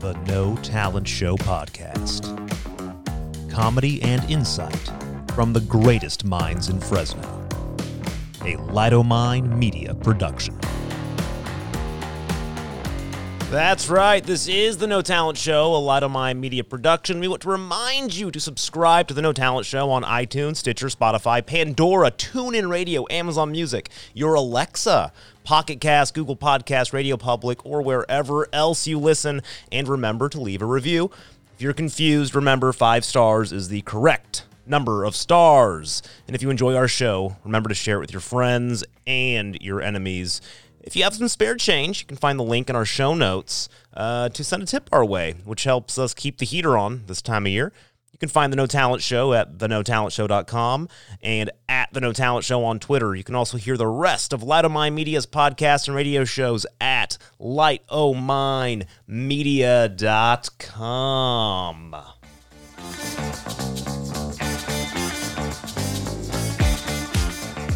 The No Talent Show Podcast. Comedy and insight from the greatest minds in Fresno. A Lidomine Media production. That's right. This is the No Talent Show, a lot of my media production. We want to remind you to subscribe to the No Talent Show on iTunes, Stitcher, Spotify, Pandora, TuneIn Radio, Amazon Music, your Alexa, Pocket Cast, Google Podcast, Radio Public, or wherever else you listen. And remember to leave a review. If you're confused, remember five stars is the correct number of stars. And if you enjoy our show, remember to share it with your friends and your enemies. If you have some spare change, you can find the link in our show notes uh, to send a tip our way, which helps us keep the heater on this time of year. You can find The No Talent Show at thenotalentshow.com and at The No Talent Show on Twitter. You can also hear the rest of Light O' Mine Media's podcasts and radio shows at lightominemedia.com.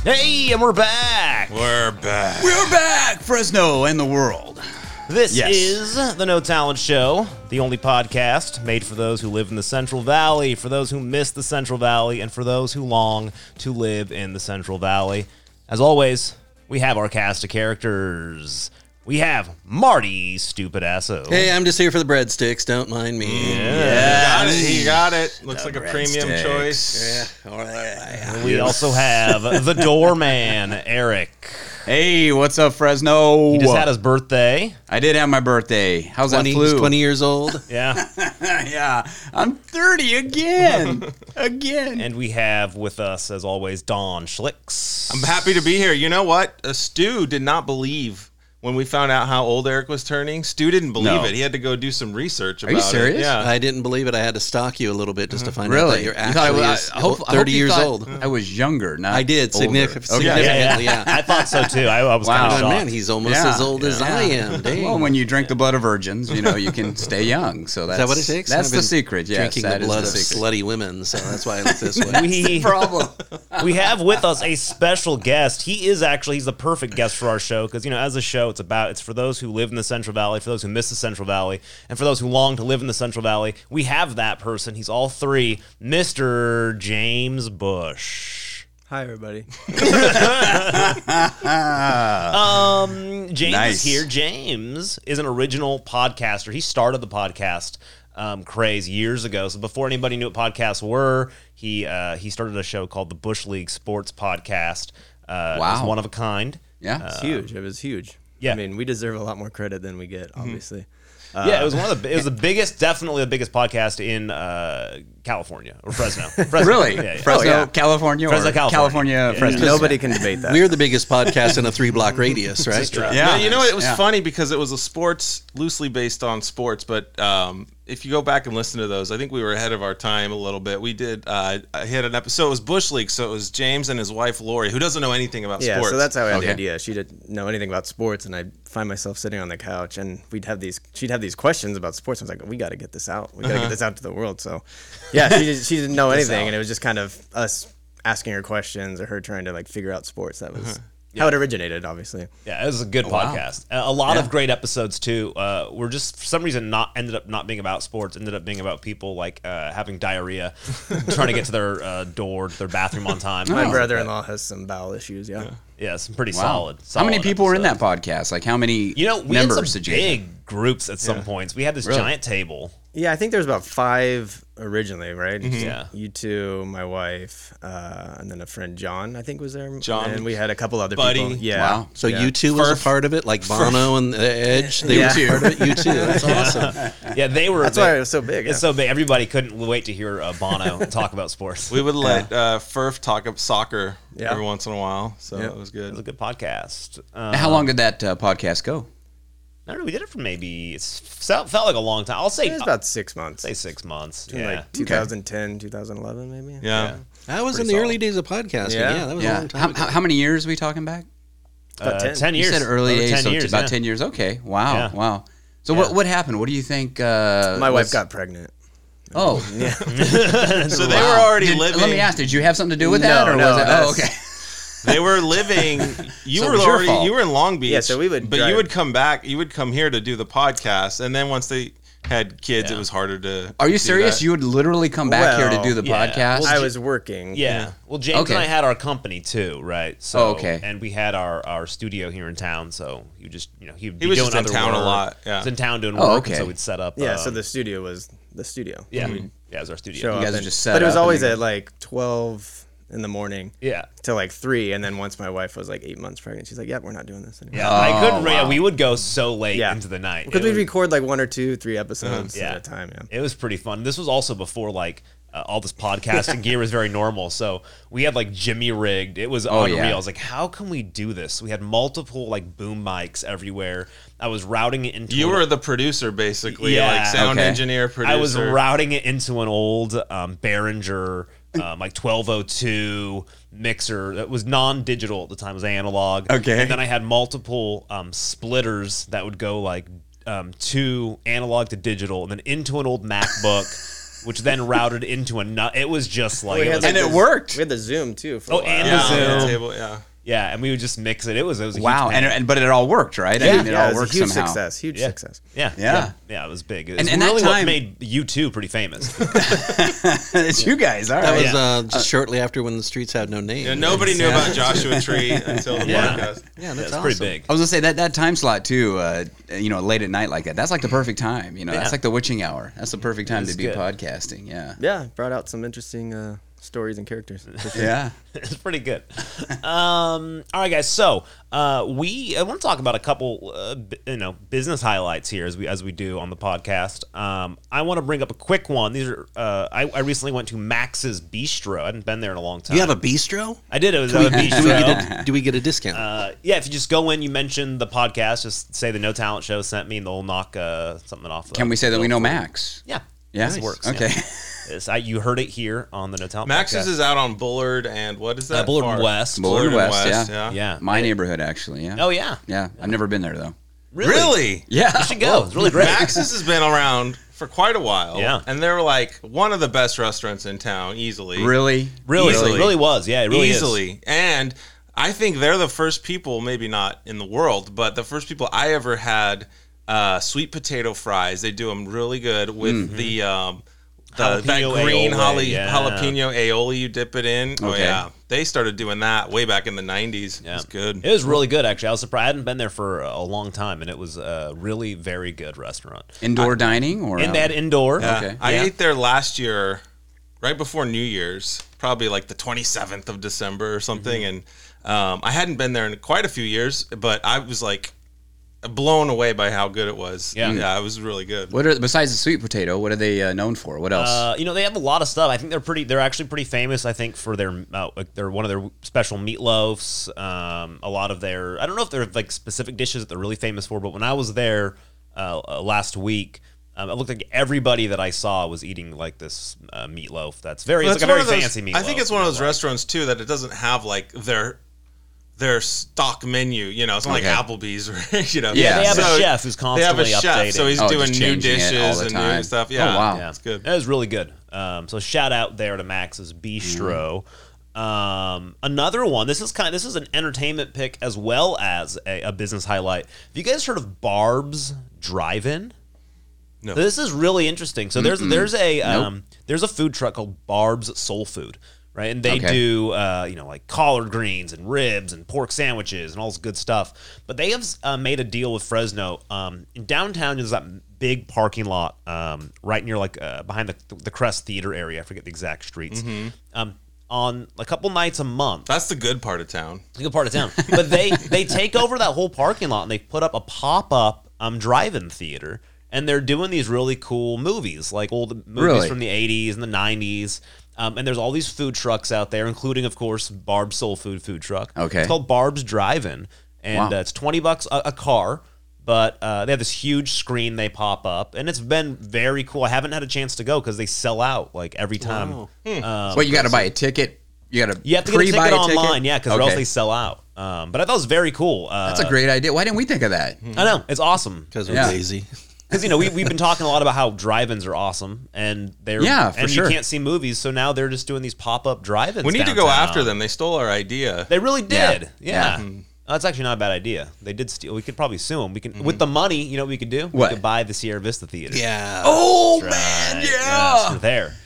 Hey, and we're back. We're back. We're back, Fresno and the world. This Yes. is the No Talent Show, the only podcast made for those who live in the Central Valley, for those who miss the Central Valley, and for those who long to live in the Central Valley. As always, we have our cast of characters. We have Marty Stupidasso. Hey, I'm just here for the breadsticks. Don't mind me. Got it. He got it. Looks like a premium breadsticks. choice. All right. We also have the doorman, Eric. Hey, what's up, Fresno? He just had his birthday. I did have my birthday. How's 20, that flu? he's 20 years old. Yeah. yeah, I'm 30 again. again. and we have with us, as always, Don Schlicks. I'm happy to be here. You know what? Uh, Stu did not believe when we found out how old Eric was turning. Stu didn't believe No. it. He had to go do some research about you it. serious? Yeah. I didn't believe it. I had to stalk you a little bit just to find out that Really? you're You thought I actually was- I hope- I hope 30 you years thought old. I was younger. Not I did, older. signif- significantly. Okay. yeah, yeah. yeah. I thought so too. I, I was Wow. kind of Oh, shocked. man, he's almost Yeah. as old as I am. Dang. Well, when you drink the blood of virgins, you know you can stay young. So that's is that what it takes? That's I've the been secret. Yes, drinking that is the blood of secret. slutty women, so that's why I look this way. we, problem. we have with us a special guest. He is actually he's the perfect guest for our show because you know as a show it's about it's for those who live in the Central Valley, for those who miss the Central Valley, and for those who long to live in the Central Valley. We have that person. He's all three, Mister James Bush. Hi, everybody. Um, James Nice. is here. James is an original podcaster. He started the podcast um, craze years ago. So before anybody knew what podcasts were, he uh, he started a show called the Bush League Sports Podcast. Uh, Wow. it's one of a kind. Uh, Yeah. It's huge. It was huge. yeah. I mean, we deserve a lot more credit than we get, Mm-hmm. obviously. Uh, yeah, it was one of the it was the biggest, definitely the biggest podcast in uh, California or Fresno. Fresno. really? Yeah, yeah. Fresno, Oh, yeah. California, Fresno, or California. Yeah, yeah. Fresno. Nobody can debate that. We're the biggest podcast in a three block radius, right? Yeah, Yeah. you know what? it was Yeah. funny because it was a sports loosely based on sports, but um, if you go back and listen to those, I think we were ahead of our time a little bit. We did uh, I had an episode. It was bush league, so it was James and his wife Lori, who doesn't know anything about yeah, sports. so that's how I had Okay. the idea. She didn't know anything about sports, and I'd find myself sitting on the couch, and we'd have these. She'd have these questions about sports. I was like, "We got to get this out. We got to get this out to the world." So, yeah, she, did, she didn't know anything, and it was just kind of us asking her questions or her trying to like figure out sports. That was how it originated, obviously. Yeah, it was a Oh, good podcast. Uh, a lot of great episodes too. Uh, were just for some reason not ended up not being about sports. Ended up being about people like uh, having diarrhea, trying to get to their uh, door, to their bathroom on time. My brother-in-law has some bowel issues. Yeah. Oh, Yeah, some pretty Oh. Wow. solid, How many solid people were in episodes. that podcast? Like how many You know, we members had some did you have? big groups at some points. We had this Really? giant table. Yeah, I think there was about five originally, right? Yeah. You two, my wife, uh, and then a friend John, I think was there. John, and we had a couple other Buddy. people. Yeah. Wow. So you two was a part of it, like Bono and the Edge. They were Yeah. part of it. You two. That's awesome. Yeah, they were. That's why it was so big. It's yeah. so big. Everybody couldn't wait to hear uh, Bono talk about sports. We would let uh, Furf talk up soccer Yeah. every once in a while, so Yeah. it was it was a good. good podcast. Um, Now, How long did that uh, podcast go? I don't know. We did it for maybe it felt felt like uh, a long time. I'll say it was about six months. say six months. in, Yeah. Like 2010, 2011, maybe. Yeah, That was in the early days of podcasting. Yeah, Yeah. that was a Yeah. long time How, how, how many years are we talking back? Uh, About 10, 10. years. You said early Over days, so it's about yeah. 10 years. Okay. Wow. Yeah. Wow. So what what happened? What do you think? Uh, My was- wife got pregnant. Oh. so they were already Did- living. Let me ask, did you have something to do with that? No, or no, was it? Oh, that's- okay. They were living. You So it were was your already. fault. You were in Long Beach. Yeah, so we would But you drive- would come back. You would come here to do the podcast, and then once they had kids, it was harder to. Are you do serious? that. You would literally come back here to do the Well, yeah. podcast? I was working. Yeah. Well, James Okay. and I had our company too, right? So Oh, okay. And we had our, our studio here in town, so you just you know he would be was doing just in other town a work. lot, yeah. He was in town doing work, Oh, and so okay. we'd set up. Yeah. um, so the studio was the studio. yeah, we- yeah, it was our studio. Show guys up are and- just set But it was up and always you- at like twelve in the morning. Yeah. Till like three, and then once my wife was like eight months pregnant, she's like, "Yeah, we're not doing this anymore." Yeah, I couldn't. yeah, we would go so late Yeah. into the night. Because It we was- record like one or two, three episodes Yeah. at a time. Yeah. It was pretty fun. This was also before like uh, all this podcasting gear was very normal. So we had like Jimmy rigged. It was unreal. yeah. I was like, how can we do this? We had multiple like boom mics everywhere. I was routing it into You an- were the producer, basically, Yeah. like sound Okay. engineer, producer. I was routing it into an old um, Behringer. Um, like 1202 mixer that was non-digital at the time it was analog Okay. and then i had multiple um, splitters that would go like um, to analog to digital and then into an old macbook which then routed into a nut it was just like We it had, was- like, Oh, And it the- worked. We had the Zoom too. For Oh, a while. and yeah, the on the Zoom. table. Yeah. yeah and we would just mix it it was it was a huge wow. And, band. and but it all worked, right? I mean, it yeah, all it was worked a huge somehow. success. Huge Yeah. success. yeah, Yeah. yeah yeah it was big it's And- and that really what time- made you two pretty famous it's you guys. All That right. was Yeah. uh, just shortly after when the streets had no name. Yeah, nobody knew about Joshua Tree until the Yeah. podcast. Yeah, that's that's, pretty awesome. big I was gonna say that that time slot too. Uh, you know, late at night like that. That's like the perfect time. You know, Yeah. that's like the witching hour. That's the perfect time is to be good. podcasting. Yeah. Yeah, brought out some interesting uh, stories and characters. for sure. Yeah. it's pretty good. Um, all right, guys. So uh, we I want to talk about a couple, uh, b- you know, business highlights here as we as we do on the podcast. Um, I want to bring up a quick one. These are uh, I, I recently went to Max's Bistro. I hadn't been there in a long time. You have a bistro? I did. It was Do we, at a do we bistro. get a, do we get a discount? Uh, yeah, if you just go in, you mention the podcast, just say the No Talent Show sent me, and they'll knock uh, something off. the- Can we say that we know Max? Yeah. Yeah. This Nice. works. Okay. yeah. It's- I, you heard it here on the No Talent Max's podcast. is out on Bullard and what is that? Uh, Bullard far? West. Bullard Bullard West, West, yeah. yeah. Yeah. My neighborhood, actually. Yeah. Oh yeah. Yeah. I've never been there though. Really? Yeah. You should go. It's really great. Max's has been around for quite a while. Yeah. And they're like one of the best restaurants in town, easily. Really? Really, Easily. it really was. Yeah, it really is. easily. And I think they're the first people, maybe not in the world, but the first people I ever had uh, sweet potato fries. They do them really good with the. Um, the, that Mm-hmm. Jalapeno green aioli, jala- yeah. jalapeno aioli you dip it in. Oh Okay. yeah, they started doing that way back in the '90s. Yeah. It's good. It was really good, actually. I was surprised. I hadn't been there for a long time, and it was a really very good restaurant. Indoor dining or uh, And they had indoor. Um, Yeah. Okay. I Yeah. ate there last year, right before New Year's, probably like the 27th of December or something. Mm-hmm. And um, I hadn't been there in quite a few years, but I was like blown away by how good it was. Yeah. yeah it was really good. What are besides the sweet potato? What are they uh, known for? What else? Uh, you know, they have a lot of stuff. I think they're pretty. They're actually pretty famous. I think for their, uh, like, they're one of their special meatloafs. Um, a lot of their. I don't know if they're like specific dishes that they're really famous for, but when I was there uh, uh, last week. Um, it looked like everybody that I saw was eating like this uh, meatloaf. That's very, Well, it's like a one very of those- fancy meatloaf. I think it's one of those restaurants too that it doesn't have like their their stock menu. You know, it's not Okay. like Applebee's or you know. Yeah, they have a chef who's They have a constantly chef, so updating. he's Oh, doing just new changing it all dishes the and new time. stuff. Oh, Yeah, wow. Yeah, it's good. That was really good. Um, so shout out there to Max's Bistro. Um, another one. This is kind. this is an entertainment pick as well as a, a business highlight. Have you guys heard of Barb's Drive-In? No. This is really interesting. So there's there's a um, there's a food truck called Barb's Soul Food, right? And they Okay. do uh, you know like collard greens and ribs and pork sandwiches and all this good stuff. But they have uh, made a deal with Fresno. Um, in downtown is that big parking lot um, right near like uh, behind the the Crest Theater area. I forget the exact streets. Um, on a couple nights a month, That's the good part of town. it's a good part of town. But they they take over that whole parking lot and they put up a pop up um, drive-in theater, and they're doing these really cool movies, like old movies Really? from the '80s and the '90s. Um, and there's all these food trucks out there, including, of course, Barb's Soul Food food truck. Okay. it's called Barb's Drive-In, and Wow. uh, it's twenty bucks a, a car. But uh, they have this huge screen they pop up, and it's been very cool. I haven't had a chance to go because they sell out like every time. Wait, you got to buy a ticket. You got to Uh, You have to get a ticket pre-buy online, yeah, because or else Okay. they sell out. Um, but I thought it was very cool. Uh, Hmm. That's a great idea. Why didn't we think of that? I know it's awesome Because we're Yeah. lazy. because you know we we've been talking a lot about how drive-ins are awesome and they're Yeah, for and sure. you can't see movies so now they're just doing these pop-up drive-ins. We need to go downtown. after them. They stole our idea. Hmm. They really did, yeah. that's actually not a bad idea. They did steal. We could probably sue them. We can with the money. You know what we could do? Hmm. What? We could buy the Sierra Vista Theater. Uh, Yeah. Oh Right. Yes, we're there.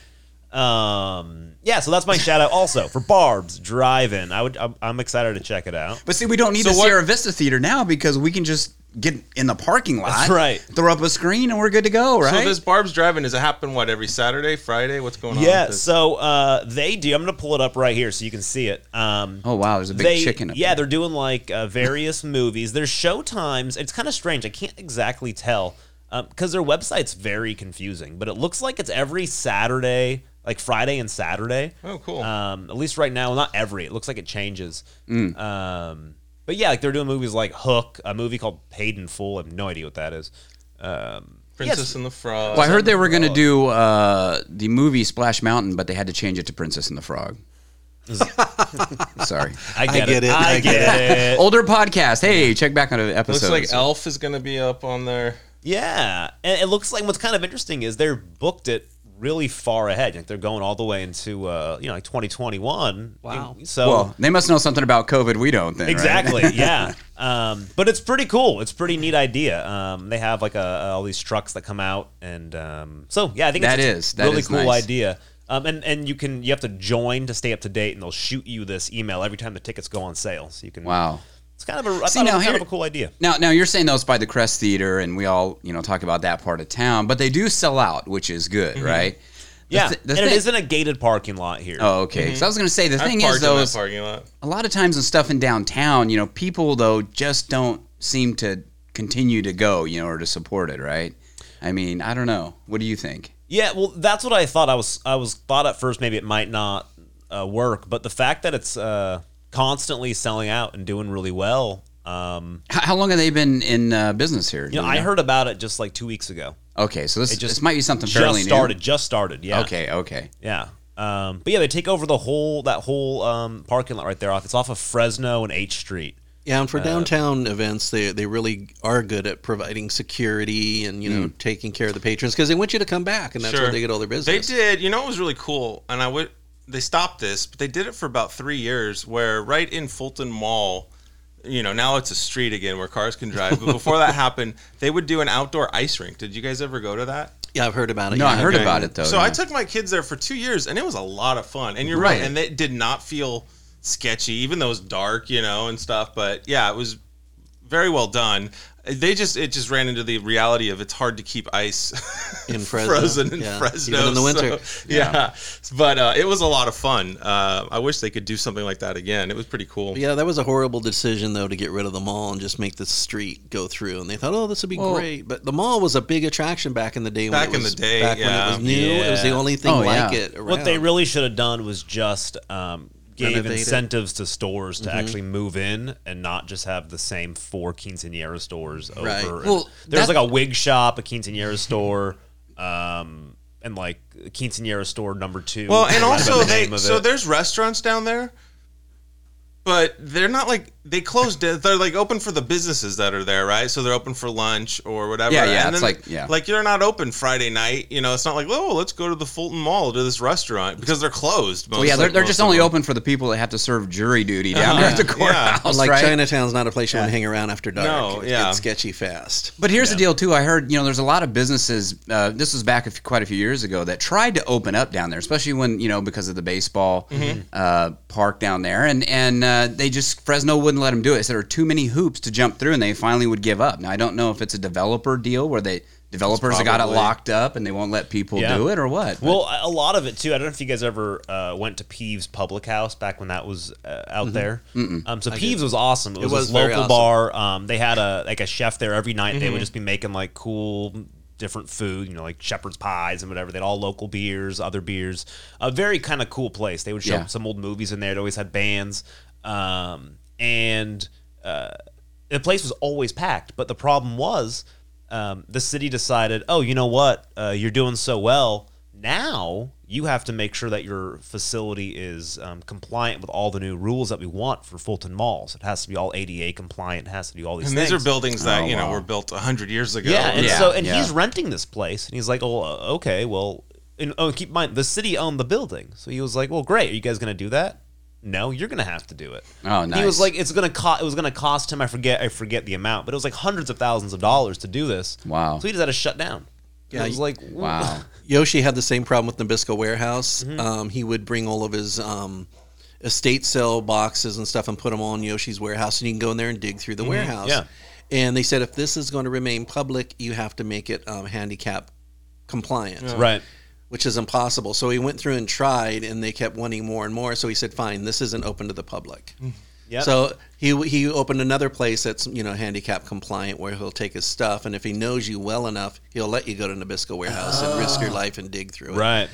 Um, yeah, so that's my shout out also for Barb's Drive-In. I would, I'm, I'm excited to check it out. But see, we don't need So the what- Sierra Vista Theater now because we can just get in the parking lot. That's right. Throw up a screen and we're good to go, right? So this Barb's driving is it happen what every Saturday, Friday? What's going on? with Yeah, this? so uh, they do. I'm gonna pull it up right here so you can see it. Um, oh wow, there's a big they, chicken. Up yeah, there. they're doing like uh, various movies. Their show times. It's kind of strange. I can't exactly tell because their website's very confusing. But it looks like it's every Saturday, like Friday and Saturday. Oh, cool. Um, at least right now, well, not every. It looks like it changes. Mm. Um, but yeah, like they're doing movies like Hook, a movie called Paid in Full. I have no idea what that is. Um, Princess yes. and the Frog. Well, I heard they were going to do uh, the movie Splash Mountain, but they had to change it to Princess and the Frog. Sorry. I get, it. I get it. Older podcast. Hey, check back on an Looks episode. like Elf is going to be up on there. Yeah, and it looks like what's kind of interesting is they're booked it really far ahead. Like they're going all the way into uh, you know like 2021. Wow. So well, they must know something about COVID we don't then. right? exactly, yeah. Um, but it's pretty cool. It's a pretty neat idea. Um, they have like a, all these trucks that come out, and um, so yeah, I think That it's is- just a that really is cool nice. idea. Um, and and you can you have to join to stay up to date, and they'll shoot you this email every time the tickets go on sale, so you can. Wow. It's kind of a I See, thought it now was kind here- of a cool idea. Now, now you're saying those by the Crest Theater, and we all you know talk about that part of town, but they do sell out, which is good, right? The Mm-hmm. Yeah, thi- the and it thing- isn't a gated parking lot here. Oh, okay. So I was going to say the I thing parked is though, in that is parking lot. a lot of times in stuff in downtown, you know, people though just don't seem to continue to go, you know, or to support it, right? I mean, I don't know. What do you think? Yeah, well, that's what I thought. I was I was thought at first maybe it might not uh, work, but the fact that it's uh, constantly selling out and doing really well. Um, How, how long have they been in uh, business here? Do you know, you I heard about it just like two weeks ago. Okay, so this just- this might be something fairly Just started. Just started. New. Yeah. Okay, okay. Yeah. Um, but yeah, they take over the whole that whole um, parking lot right there. Off it's off of Fresno and H Street. Yeah, and for downtown events, they they really are good at providing security and you Hmm. know taking care of the patrons because they want you to come back, and that's where they get all their They business. did. You know what was really cool? And I would. They stopped this, but they did it for about three years. Where right in Fulton Mall, you know, now it's a street again where cars can drive. But before that happened, they would do an outdoor ice rink. Did you guys ever go to that? Yeah, I've heard about it. No, yeah. I heard about it though. So I yeah. took my kids there for two years, and it was a lot of fun. And you're right, Right. and it did not feel sketchy, even though it's dark, you know, and stuff. But yeah, it was very well done. They just it just ran into the reality of it's hard to keep ice In Fresno, frozen in yeah, Fresno even in the winter. so, yeah. but uh, it was a lot of fun. Uh, I wish they could do something like that again. It was pretty cool. Yeah, that was a horrible decision though to get rid of the mall and just make the street go through. And they thought, oh, this would be Well- great. But the mall was a big attraction back in the day. Back when it in was, the day, back yeah. when it was new, it was the Yeah. only thing Oh, like yeah. it around. What they really should have done was just um, gave Renovate it. incentives to stores Mm-hmm. to actually move in and not just have the same four quinceanera stores over. Right. And Well, there was that- like a wig shop, a quinceanera store, um, and like a quinceanera store number two. Well, I and forgot also about the they name of so it. there's restaurants down there, but they're not like they closed. it. They're like open for the businesses that are there, right? So they're open for lunch or whatever. Yeah, yeah, And it's then, like- yeah. like you're not open Friday night. You know, it's not like oh, let's go to the Fulton Mall to this restaurant because they're closed. Most, Well, yeah, they're, like, they're most just of only them. open for the people that have to serve jury duty down Uh-huh. there at the courthouse, like right? Chinatown's not a place you want to hang around after dark. No, It yeah. gets sketchy fast. But here's the deal, too. I heard, you know, there's a lot of businesses. Uh, this was back a few, quite a few years ago that tried to open up down there, especially when you know because of the baseball Mm-hmm. uh, park down there, and and uh, they just Fresno wouldn't let them do it. So there are too many hoops to jump through, and they finally would give up. Now I don't know if it's a developer deal where they developers have got it probably- locked up and they won't let people Yeah. do it or what. Well, a a lot of it too. I don't know if you guys ever uh, went to Peeves Public House back when that was uh, out Mm-hmm. there. Um, so Peeves was awesome. It was, was this very local awesome. bar. Mm-hmm. Um, they had a like a chef there every night. They would just be making like cool different food, you know, like shepherd's pies and whatever. They had all local beers, other beers. A very kind of cool place. They would show Yeah. some old movies in there. It always had bands. Um, and uh, the place was always packed. But the problem was um, the city decided, oh, you know what? Uh, you're doing so well. Now you have to make sure that your facility is um, compliant with all the new rules that we want for Fulton Malls. It has to be all ADA compliant. It has to do all these And things. these are buildings that Oh, you know wow. were built hundred years ago. Yeah, and Yeah, so and yeah. he's renting this place, and he's like, "Oh, uh, okay, well." And oh, keep in mind, the city owned the building, so he was like, "Well, great. Are you guys gonna do that?" no, you're gonna have to do it. Oh, And He was nice. like, it's gonna cost. It was gonna cost him. I forget. I forget the amount, but it was like hundreds of thousands of dollars to do this. Wow. So he just had to shut down. Yeah. It was like Wow. Yoshi had the same problem with Nabisco Warehouse. Mm-hmm. Um, he would bring all of his um, estate sale boxes and stuff and put them on Yoshi's warehouse, and you can go in there and dig through the Mm-hmm. warehouse. yeah. And they said if this is going to remain public, you have to make it um, handicap compliant, Right. which is impossible. So he went through and tried, and they kept wanting more and more. So he said, "Fine, this isn't open to the public." Yep. So he he opened another place that's you know handicap compliant where he'll take his stuff, and if he knows you well enough, he'll let you go to Nabisco Warehouse and risk your life and dig through it. Right.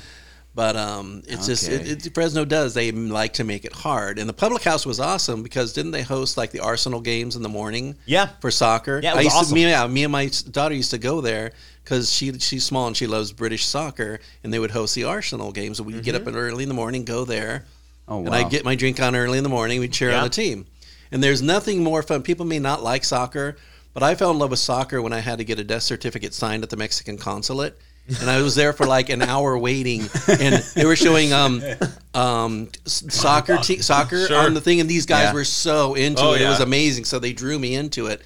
But um, it's just Okay. it, it, Fresno does. They like to make it hard, and the public house was awesome because didn't they host like the Arsenal games in the morning? Yeah. for soccer. Yeah, it I was used awesome. to, me, yeah, me and my s- daughter used to go there because she she's small and she loves British soccer, and they would host the Arsenal games. And we'd get Mm-hmm. up early in the morning, go there, Oh, and I wow. get my drink on early in the morning. We cheer Yeah. on the team, and there's nothing more fun. People may not like soccer, but I fell in love with soccer when I had to get a death certificate signed at the Mexican consulate. and I was there for like an hour waiting, and they were showing um, um, s- soccer te- soccer Sure. on the thing, and these guys Yeah. were so into Oh, it. It was yeah. amazing. So they drew me into it.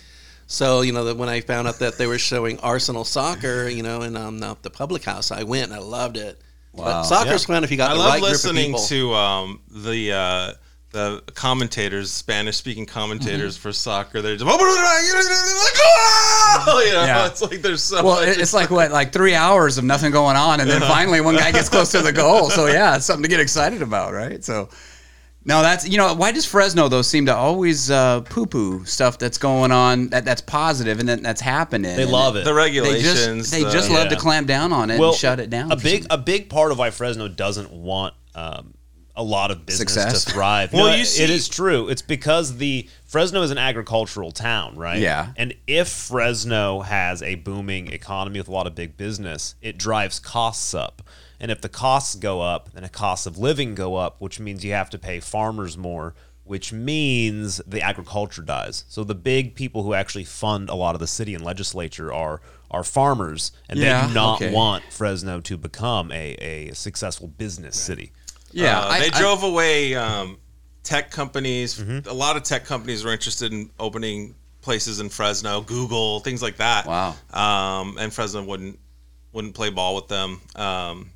So you know that when I found out that they were showing Arsenal soccer, you know, in um, the, the public house, I went and I loved it. But soccer's fun if you got I the love right listening group of people. to um, the uh, the commentators, Spanish speaking commentators for soccer. They're just, you know, Yeah. it's like there's so Well, much. it- it's like what, like three hours of nothing going on, and then Uh-huh. finally one guy gets close to the goal. So yeah, it's something to get excited about, right? So, no, that's you know why does Fresno though seem to always uh, poo-poo stuff that's going on that that's positive and that that's happening. They and love it. the They regulations. uh, just they the- just love to clamp down on it well, and shut it down. A for big some- a big part of why Fresno doesn't want um, a lot of business Success. to thrive. Well, No, you see- it is true. It's because the Fresno is an agricultural town, right? Yeah. And if Fresno has a booming economy with a lot of big business, it drives costs up. And if the costs go up, then the costs of living go up, which means you have to pay farmers more, which means the agriculture dies. So the big people who actually fund a lot of the city and legislature are are farmers, and they Yeah, do not okay. want Fresno to become a, a successful business city. yeah, Uh, I- they I- Mm-hmm. drove away um, tech companies. A lot of tech companies were interested in opening places in Fresno, Google, things like that. Wow. Um, and Fresno wouldn't wouldn't play ball with them um,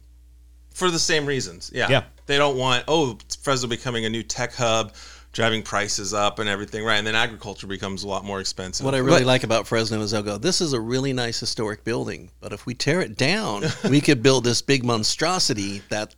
for the same reasons. Yeah. Yeah. They don't want oh Fresno becoming a new tech hub, driving prices up and everything. Right, and then agriculture becomes a lot more expensive. What I really like about Fresno is they'll go, this is a really nice historic building, but if we tear it down, we could build this big monstrosity that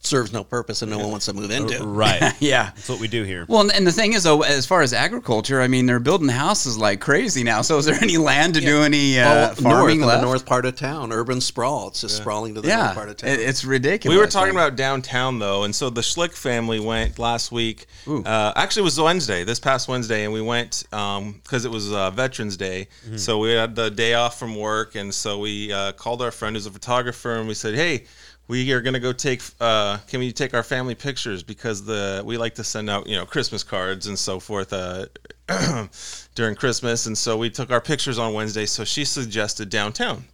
serves no purpose and no one wants to move into. Right. That's yeah. what we do here. Well, and- and the thing is, though, as far as agriculture, I mean, they're building houses like crazy now. So, is there any land to do any uh, All farming north, in left? the north part of town, urban sprawl. It's just sprawling to the north yeah, part of town. it- it's ridiculous. We were talking man. about downtown though, and so the Schlick family went last week. Uh, actually, it was Wednesday, this past Wednesday, and we went because it was uh, Veterans Day. So we had the day off from work, and so we uh, called our friend who's a photographer, and we said, "Hey, we are gonna go take. Uh, can we take our family pictures because the we like to send out you know Christmas cards and so forth." Uh, during Christmas, and so we took our pictures on Wednesday. So she suggested downtown.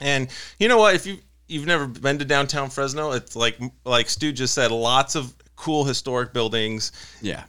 And you know what? If you you've never been to downtown Fresno, it's like like Stu just said, lots of cool historic buildings, yeah.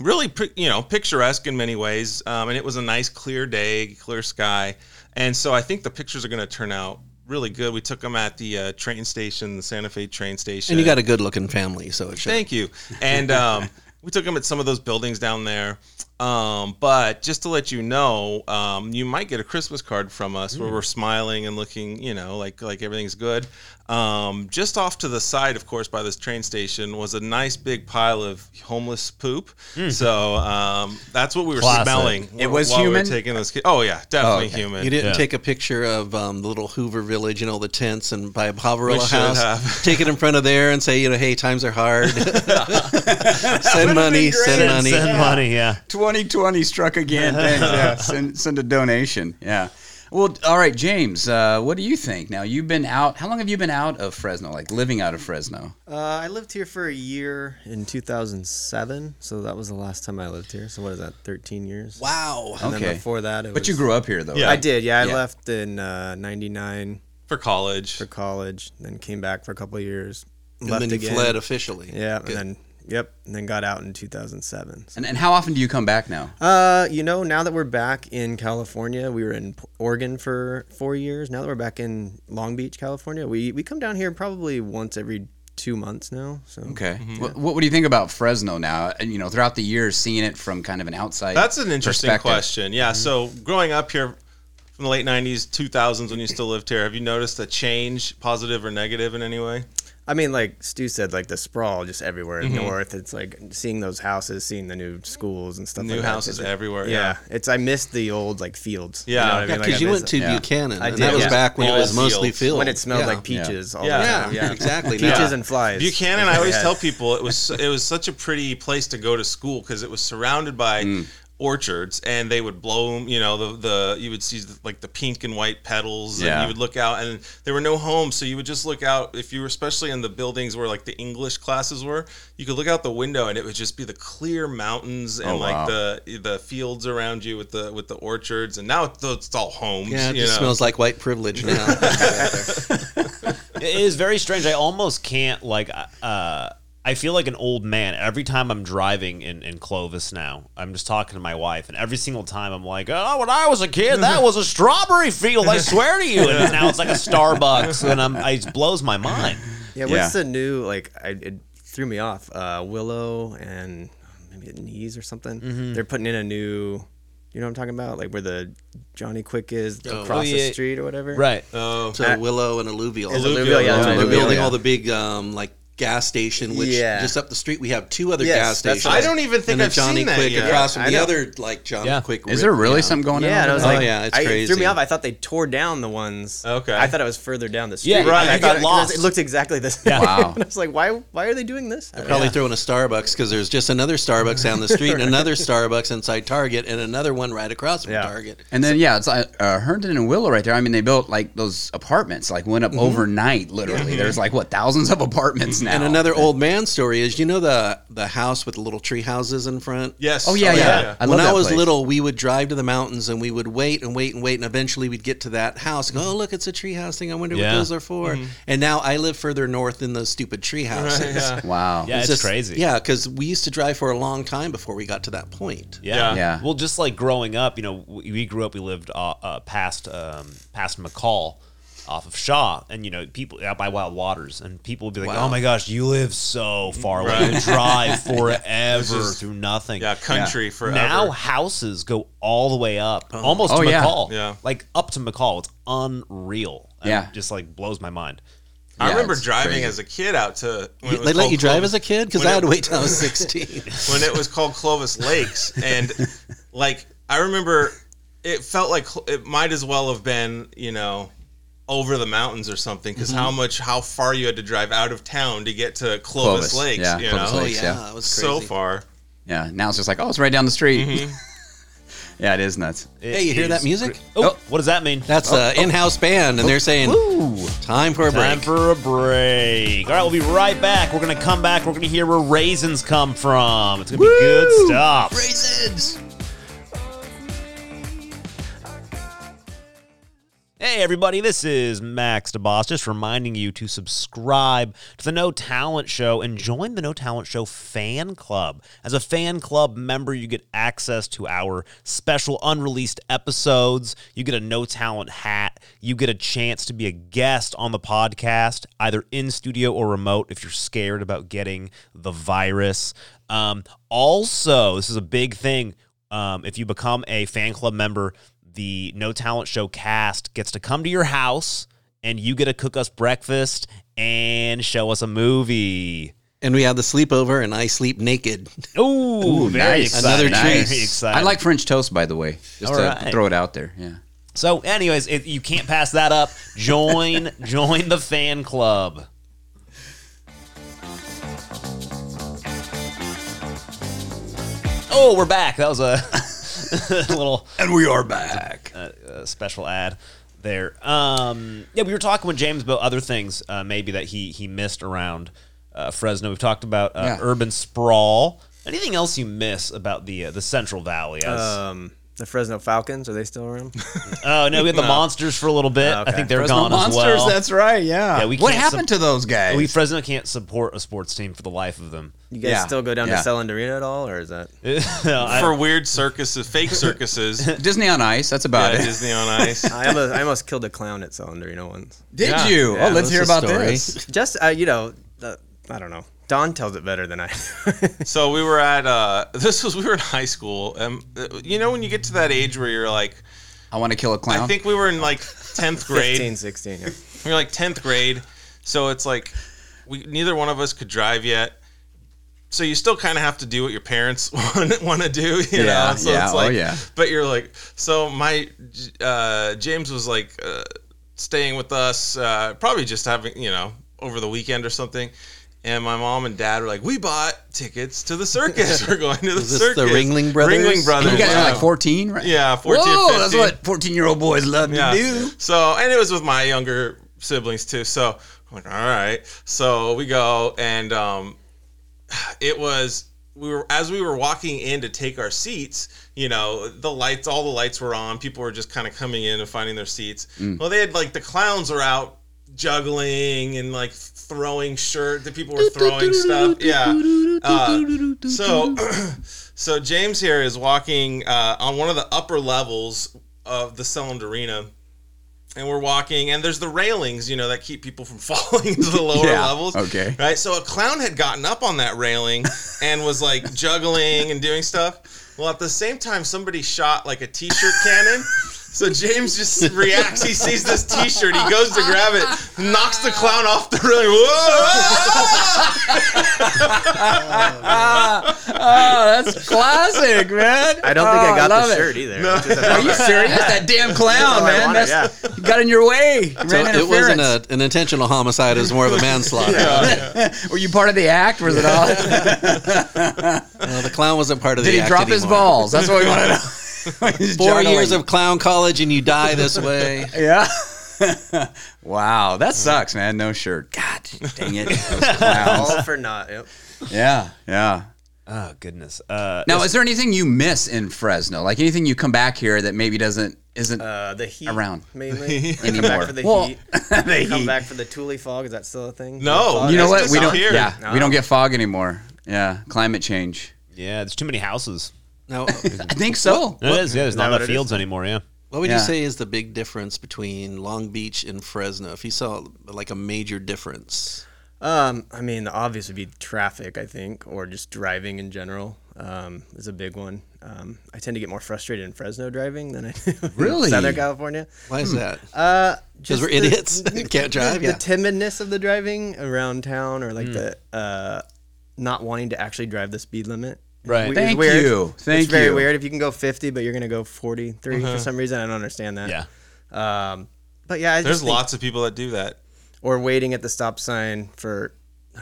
really pri- you know picturesque in many ways. Um, and it was a nice clear day, clear sky, and so I think the pictures are going to turn out really good. We took them at the uh, train station, the Santa Fe train station. and you got a good looking family, so it should. Thank you. And um, we took them at some of those buildings down there. Um, but just to let you know, um, you might get a Christmas card from us where we're smiling and looking, you know, like like everything's good. Um, just off to the side, of course, by this train station was a nice big pile of homeless poop. So um, that's what we were Classic. smelling. It wh- was while We human? were taking those. Ki- oh yeah, definitely okay. human. You Yeah. didn't take a picture of um, the little Hoover Village and all the tents and by We Havarillo should House. have. Take it in front of there and say, you know, hey, times are hard. send money, send Send, money. send money, yeah. 2020 struck again. Thanks. Yeah. Send, send a donation. Yeah. Well, all right, James. Uh, what do you think? Now you've been out. How long have you been out of Fresno? Like living out of Fresno? Uh, I lived here for a year in 2007, so that was the last time I lived here. So what is that? 13 years. Wow. And then Okay. before that, it But you was- grew up here, though. Yeah. I did. Yeah, I Yeah. left in uh, '99 for college. for college, then came back for a couple of years. And left then you again. fled officially. Yeah, and then Yep. And then got out in 2007. And, and how often do you come back now? Uh, you know, now that we're back in California, we were in P- Oregon for four years. Now that we're back in Long Beach, California, we we come down here probably once every two months now. So Okay. What, Mm-hmm. what do you think about Fresno now? And, You know, throughout the years, seeing it from kind of an outside. That's an interesting perspective. question. Yeah. So growing up here from the late '90s, 2000s, when you still lived here, have you noticed a change, positive or negative, in any way? I mean, like Stu said, like the sprawl just everywhere Mm-hmm. north. It's like seeing those houses, seeing the new schools and stuff. New like that. houses It's- everywhere, Yeah. yeah. it's I missed the old like fields. Yeah. you know what I Yeah, mean? because Like, I you miss went to it. Yeah. Buchanan, I and did, that was yeah. Oh, back when it All was mostly fields. field. when it smelled Yeah. like peaches. All Yeah. the Yeah, time. yeah. exactly. Peaches Now- and flies. Buchanan, I always Yeah. tell people it was it was such a pretty place to go to school because it was surrounded by Mm. orchards, and they would blow 'em, You know, the the you would see like the pink and white petals, Yeah. and you would look out, and there were no homes, so you would just look out. If you were especially in the buildings where like the English classes were, you could look out the window, and it would just be the clear mountains and Oh, like wow. the the fields around you with the with the orchards, and now it's, it's all homes. yeah, it you just know? smells like white privilege now. It is very strange. I almost can't like. Uh, I feel like an old man every time I'm driving in, in Clovis now. I'm just talking to my wife, and every single time I'm like, "Oh, when I was a kid, that was a strawberry field. I swear to you." And now it's like a Starbucks, and I'm I- it blows my mind. Yeah, what's Yeah. the new like? I, it threw me off. Uh, Willow and maybe the knees or something. Mm-hmm. They're putting in a new. You know what I'm talking about? Like where the Johnny Quick is across yeah. the street or whatever. Right. Oh, So Willow and Alluvial. Alluvial, yeah, They're that's right, Alluvial, building yeah. all the big um, like gas station, which Yeah. just up the street we have two other Yes, gas that's- stations. I don't even think and then I've Johnny seen that Quick yet. across Yeah, from the I know. other like Johnny Yeah. Quick. Is there rip, really yeah. something going on? Yeah, and I was Oh, like, yeah, it's I, It threw crazy. me off. I thought they tore down the ones. Okay. I thought it was further down the street. Yeah, Right, I you thought- got because lost. It looked exactly the same. Wow. and I was like, why? Why are they doing this? I Probably throwing a Starbucks because there's just another Starbucks down the street and another Starbucks inside Target and another one right across from Yeah. Target. And then yeah, it's like uh, Herndon and Willow right there. I mean, they built like those apartments, like went up Mm-hmm. overnight, literally. There's like what thousands of apartments now. And another old man story is you know the the house with the little tree houses in front. yes. Oh yeah, yeah. I love when that I was place. little, we would drive to the mountains and we would wait and wait and wait, and eventually we'd get to that house. And go, oh look, it's a tree house thing. I wonder Yeah. what those are for. Mm-hmm. And now I live further north in those stupid tree houses. Yeah. Wow. Yeah, it's, just- crazy. Yeah, because we used to drive for a long time before we got to that point. Yeah. Yeah. Yeah. Well, just like growing up, you know, we, we grew up. We lived uh, uh, past um, past McCall, off of Shaw, and you know, people out by Wild Waters, and people would be like, Wow. "Oh my gosh, you live so far away. You Right. drive forever through nothing." Yeah, country forever. Now houses go all the way up, almost Oh, to yeah. McCall. Yeah. Like up to McCall. It's unreal. And Yeah. Just like blows my mind. I Yeah, remember it's driving crazy. as a kid out to. When it was They let called you drive Clovis- as a kid because when I had it- to wait till I was sixteen. when it was called Clovis Lakes, and like I remember, it felt like Cl- it might as well have been you know over the mountains or something because how Mm-hmm. much how far you had to drive out of town to get to Clovis, Clovis, Lakes, yeah, you Clovis know, oh Lakes, yeah, yeah. it was crazy. so far. Yeah. Now it's just like, oh, it's right down the street. yeah, it is nuts. It Hey, you hear is that music? Oh, what does that mean? That's the in-house band, and they're saying, "Time for a break." Time for a break. All right, we'll be right back. We're going to come back. We're going to hear where raisins come from. It's going to be good stuff. Hey, everybody, this is Max DeBoss, just reminding you to subscribe to the No Talent Show and join the No Talent Show fan club. As a fan club member, you get access to our special unreleased episodes. You get a No Talent hat. You get a chance to be a guest on the podcast, either in studio or remote, if you're scared about getting the virus. Um, also, this is a big thing. Um, if you become a fan club member, the No Talent Show cast gets to come to your house and you get to cook us breakfast and show us a movie. And we have the sleepover, and I sleep naked. Ooh, very nice. exciting. Another very treat. exciting. I like French toast, by the way. Just to Alright. throw it out there. Yeah. So, anyways, if you can't pass that up, join join the fan club. Oh, we're back. That was a little And we are back. uh, special ad there. Um, yeah, we were talking with James about other things uh, maybe that he he missed around uh, Fresno. We've talked about uh, Yeah. urban sprawl. Anything else you miss about the uh, the Central Valley? As, Um, the Fresno Falcons? Are they still around? Oh no, we had the monsters for a little bit. I Okay. think they're Fresno gone as well. That's right. Yeah. Yeah, we what can't happened to those guys? we Fresno can't support a sports team for the life of them. You guys Yeah. still go down Yeah. to Selland Arena at all, or is that? Uh, for weird circuses, fake circuses. yeah, Disney on Ice. That's about it. Disney on Ice. I almost, I almost killed a clown at Selland Arena once. Did Yeah. you? Yeah, oh, let's that's hear a about story. this. Just uh, you know, uh, I don't know. Don tells it better than I. So we were at uh, this was we were in high school, and uh, you know when you get to that age where you're like, I want to kill a clown. I think we were in like tenth grade. 15, 16. Yeah. We were like tenth grade, so it's like we neither one of us could drive yet. So you still kind of have to do what your parents want, want to do, you Yeah, know. So yeah, it's oh, like, yeah. But you're like, so my uh, James was like uh, staying with us, uh, probably just having you know over the weekend or something. And my mom and dad were like, we bought tickets to the circus. We're going to the this the circus. Ringling Brothers? Ringling Brothers. you guys are yeah. like 14, right? Yeah, 14, Whoa, that's 15. what 14 year old boys love Yeah. to do. So, and it was with my younger siblings too. So I'm like, all right. So we go, and um, it was we were as we were walking in to take our seats. You know, the lights, all the lights were on. People were just kind of coming in and finding their seats. Well, they had like the clowns are out juggling and like throwing shirt. The people were throwing stuff. Yeah. Uh, so so James here is walking uh, on one of the upper levels of the Selland Arena, and we're walking, and there's the railings, you know, that keep people from falling into the lower Yeah, levels. okay. Right. So a clown had gotten up on that railing and was like juggling and doing stuff. Well, at the same time, somebody shot like a t-shirt cannon. So James just reacts. He sees this T-shirt. He goes to grab it, knocks the clown off the railing. Whoa! Oh, that's classic, man. I don't think Oh, I got love the it. shirt either. which is Are you serious? That damn clown, all I man. wanted, That's- You got in your way. You So ran it wasn't interference. a, an intentional homicide; it was more of a manslaughter. Were you part of the act? Was it all? Did Well, the clown wasn't part of the. he act drop his anymore. balls? That's what we want to know. He's Four juggling. years of clown college, and you die this way. Yeah. wow, that sucks, man. No shirt. God, dang it. Those clowns. all for not. Yep. Yeah, yeah. Oh goodness. Uh, Now, is there anything you miss in Fresno? Like anything you come back here that maybe doesn't isn't Uh, the heat Around. mainly. Come anymore? back for the Well, heat. the Come heat. back for the Thule fog. Is that still a thing? No. Fog? You know It's what? We don't. disappeared. Yeah, we No. don't get fog anymore. Yeah, climate change. yeah, there's too many houses. Now, I think so. It is. Yeah, there's not Now enough it is. fields anymore. Yeah. what would Yeah. you say is the big difference between Long Beach and Fresno? If you saw like a major difference, Um, I mean, the obvious would be traffic, I think, or just driving in general um, is a big one. Um, I tend to get more frustrated in Fresno driving than I do in Really? Southern California. why is that? Uh, Because just we're the- idiots and can't drive. the Yeah. timidness of the driving around town, or like the uh, not wanting to actually drive the speed limit. Right. It's Thank you. Thank it's very you. weird if you can go 50, but you're gonna go 43 Uh-huh. for some reason. I don't understand that. Yeah. Yeah. Um, but yeah, I There's just think- lots of people that do that. or waiting at the stop sign for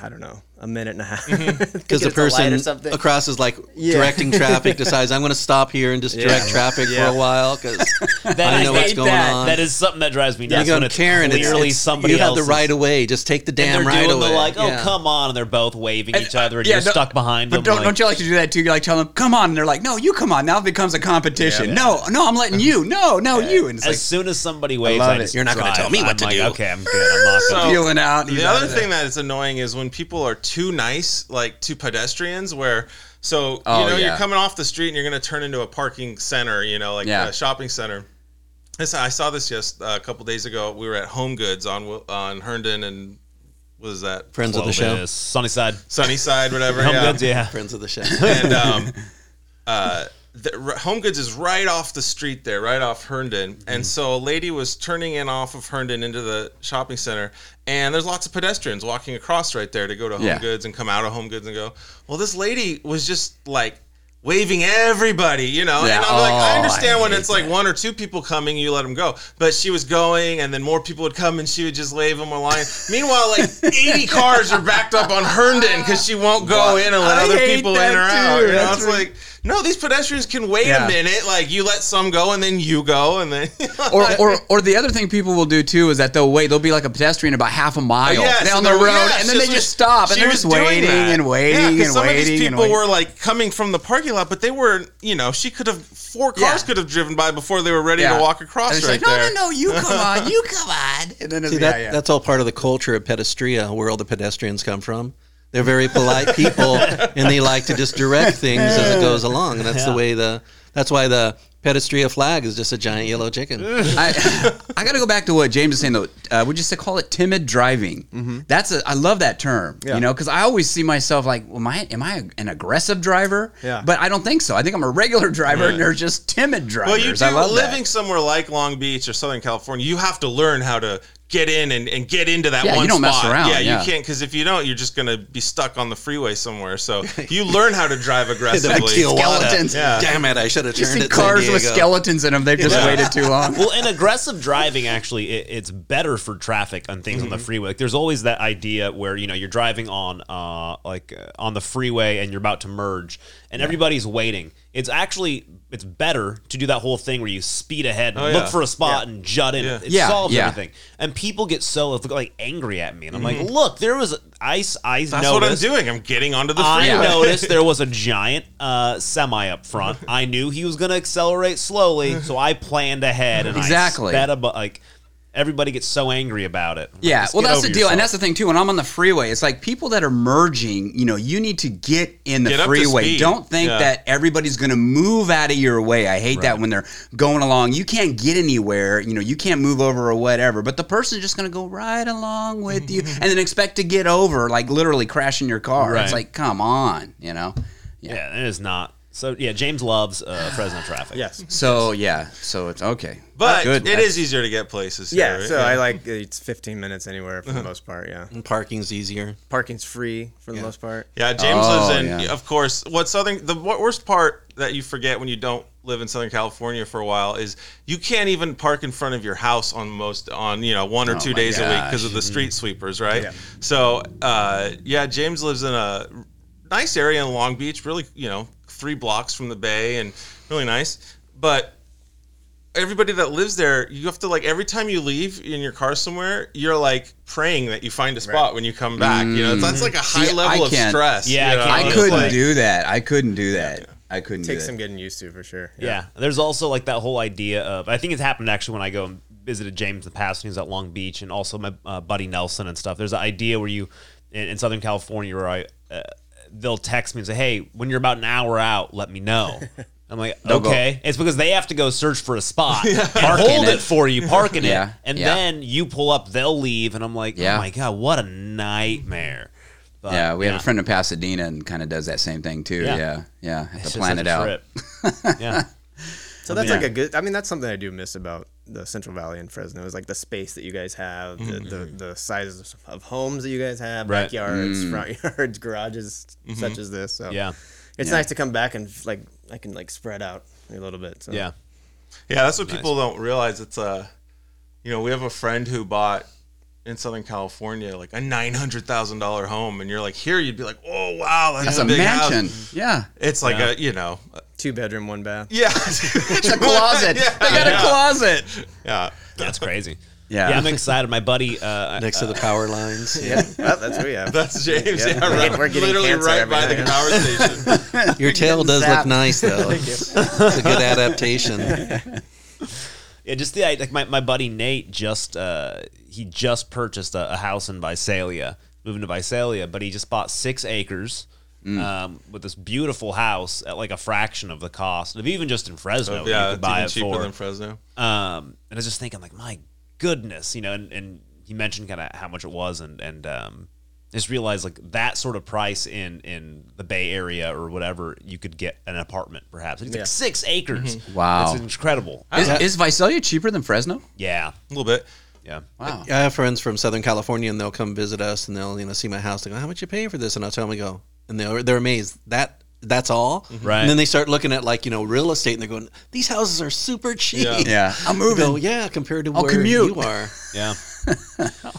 I don't know a minute and a half Mm-hmm. Because because the person or something. across is like directing traffic, decides I'm going to stop here and just direct traffic Yeah. for a while because I know what's hate going that. on. That is something that drives me you nuts. go, when it's Karen, it's, clearly it's- somebody you have else's. the right of way. Just take the They're damn right doing away. the like, oh Yeah. come on, and they're both waving each other, and Yeah, you're no- stuck behind But them. don't, like- don't you like to do that too? You like tell them, come on. And they're like, no, you come on. Now it becomes a competition. No, no, I'm letting you. No, no, you. And it's as like soon as somebody waves, love I it. just You're not gonna drive. tell me what I'm to like, do. Okay, I'm good. I'm not gonna. So- peeling out. He's Oh, The out other of there. thing that is annoying is when people are too nice, like to pedestrians, where so Oh, you know yeah. you're coming off the street and you're going to turn into a parking center, you know, like Yeah. a shopping center. This I saw this just uh, a couple days ago. We were at Home Goods on Wil- on Herndon and what is that Friends of the Little bit show. of Sunnyside. Sunnyside, whatever. Home yeah. goods, yeah. Friends of the show. and um, uh, the, r- Home Goods is right off the street there, right off Herndon. Mm-hmm. And so a lady was turning in off of Herndon into the shopping center, and there's lots of pedestrians walking across right there to go to Home Yeah. Goods and come out of Home Goods and go. Well, this lady was just like. Waving everybody, you know, Yeah. and I'm like, Oh, I I understand when hate it's like one or two people coming, you let them go. But she was going, and then more people would come, and she would just wave them a line. Meanwhile, like 80 cars are backed up on Herndon because she won't go in and let I other hate people that in or out. too. You know, That's it's ri- like no, these pedestrians can wait Yeah. a minute. Like you let some go and then you go and then Or, or, or the other thing people will do too is that they'll wait. They'll be like a pedestrian about half a mile Yes, down and the they're- road, yes, and then they she just was- stop and she they're was just doing waiting that. and waiting Yeah, 'cause and some of these waiting and people waiting. were like coming from the parking lot, but they were, you know, she could have four cars Yeah. could have driven by before they were ready Yeah. to walk across And it's right like, there. No, no, no! You come on, you come on! And then it's, See, yeah, that, yeah. that's all part of the culture of pedestria, where all the pedestrians come from. They're very polite people, and they like to just direct things as it goes along. And that's the way the. That's why the pedestria flag is just a giant yellow chicken. I, I got to go back to what James is saying though. Uh, we just call it timid driving. Mm-hmm. That's a I love that term. You know, because I always see myself like, well, am I am I an aggressive driver? Yeah. But I don't think so. I think I'm a regular driver, and they're just timid drivers. Well, you do I love that. living somewhere like Long Beach or Southern California, you have to learn how to get in and, and get into that Yeah, you one don't mess spot. around, yeah, yeah. you can't because if you don't, you're just gonna be stuck on the freeway somewhere. So you learn how to drive aggressively. Skeletons. Yeah. Damn it! I should have You turned see at San cars with Diego. skeletons in them. They've just waited too long. well, and aggressive driving actually it, it's better for traffic on things on the Mm-hmm. freeway. Like, there's always that idea where you know you're driving on uh like uh, on the freeway and you're about to merge and everybody's waiting. It's actually it's better to do that whole thing where you speed ahead, and Oh, look yeah. for a spot, and jut in. Yeah. It Yeah, solves yeah. everything. And people get so like angry at me, and I'm like, look, there was ice. I Mm-hmm. That's noticed, what I'm doing. I'm getting onto the freeway. I noticed there was a giant uh, semi up front. I knew he was going to accelerate slowly, so I planned ahead and Exactly. I sped abo- like everybody gets so angry about it. Like, Yeah, just well, get that's over the deal, and that's yourself. the thing too. When I'm on the freeway, it's like people that are merging. You know, you need to get in the Get up to freeway. speed. Don't think Yeah. that everybody's going to move out of your way. I hate that when they're going along, you can't get anywhere. You know, you can't move over or whatever. But the person's just going to go right along with you, and then expect to get over, like literally crashing your car. It's Right. like, come on, you know. Yeah. yeah, it is not. So yeah, James loves uh, Fresno traffic. Yes. So yeah, so it's okay. But Good. it is easier to get places. here, Yeah. right? So I like it's 15 minutes anywhere for the Uh-huh. most part. Yeah. And parking's easier. Parking's free for the most part. Yeah, James Oh, lives in, yeah. of course. What southern the wor- worst part that you forget when you don't live in Southern California for a while is you can't even park in front of your house on most on you know one or two Oh my days a week gosh. Mm-hmm. because of the street sweepers, right? So uh, yeah, James lives in a nice area in Long Beach, really you know three blocks from the bay and really nice, but everybody that lives there, you have to like every time you leave in your car somewhere, you're like praying that you find a spot when you come back. You know, that's like a high See, level I of can't- stress. Yeah, I you know? can't I It's couldn't like- do that. I couldn't do that. I couldn't do Takes that. some getting used to for sure. Yeah. There's also like that whole idea of I think it's happened actually when I go and visited James in the past when he was at Long Beach and also my uh, buddy Nelson and stuff. There's the idea where you in, in Southern California where I uh, they'll text me and say, "Hey, when you're about an hour out, let me know." I'm like, go. okay. It's because they have to go search for a spot and Parking hold it. it. for you, parking Yeah, it, and yeah. then you pull up, they'll leave, and I'm like, Yeah. oh my god, what a nightmare. But, yeah, we have a friend in Pasadena and kind of does that same thing too. Yeah, Yeah. yeah, have It's just to plan such it a out. trip. yeah. So that's like a good. I mean, that's something I do miss about the Central Valley and Fresno is like the space that you guys have, the the, the sizes of homes that you guys have, Mm-hmm. Right. Mm. Mm-hmm. backyards, front yards, garages such as this. So Yeah. it's nice to come back and like I can like spread out a little bit. So. Yeah. Yeah, that's what people don't realize. It's a, you know, we have a friend who bought in Southern California like a nine hundred thousand dollar home, and you're like here, you'd be like, oh wow, that's, That's a big mansion. House. Yeah. It's like a you know, two bedroom, one bath. yeah, It's a closet. Yeah, they got yeah. a closet. yeah. That's crazy. Yeah. I'm excited. My buddy, uh, Next to the power lines, Yeah, well, that's what we have. That's James. Yeah, we're right, getting- we're getting literally cancer right every by the night. power station. your tail does zapped. look nice though. it's a good adaptation. yeah, just the like my, my buddy Nate just uh, he just purchased a, a house in Visalia, moving to Visalia, but he just bought six acres. Mm. Um, with this beautiful house at like a fraction of the cost of even just in Fresno, what yeah, you it's could buy even it cheaper for. than Fresno. Um, and I was just thinking, like, my goodness, you know, and, and he mentioned kind of how much it was, and and um, I just realized like that sort of price in in the Bay Area or whatever, you could get an apartment perhaps. It's Yeah. like six acres. Wow. it's incredible. Is, is Visalia cheaper than Fresno? yeah, A little bit. yeah. Wow. I have friends from Southern California, and they'll come visit us, and they'll you know see my house. They go, "How much you paying for this?" And I'll tell them, I "Go," and they're they're amazed that that's all. Right. And then they start looking at like you know real estate, and they're going, "These houses are super cheap." Yeah. Yeah. I'm Go, moving. yeah, compared to I'll where commute." you are. Yeah.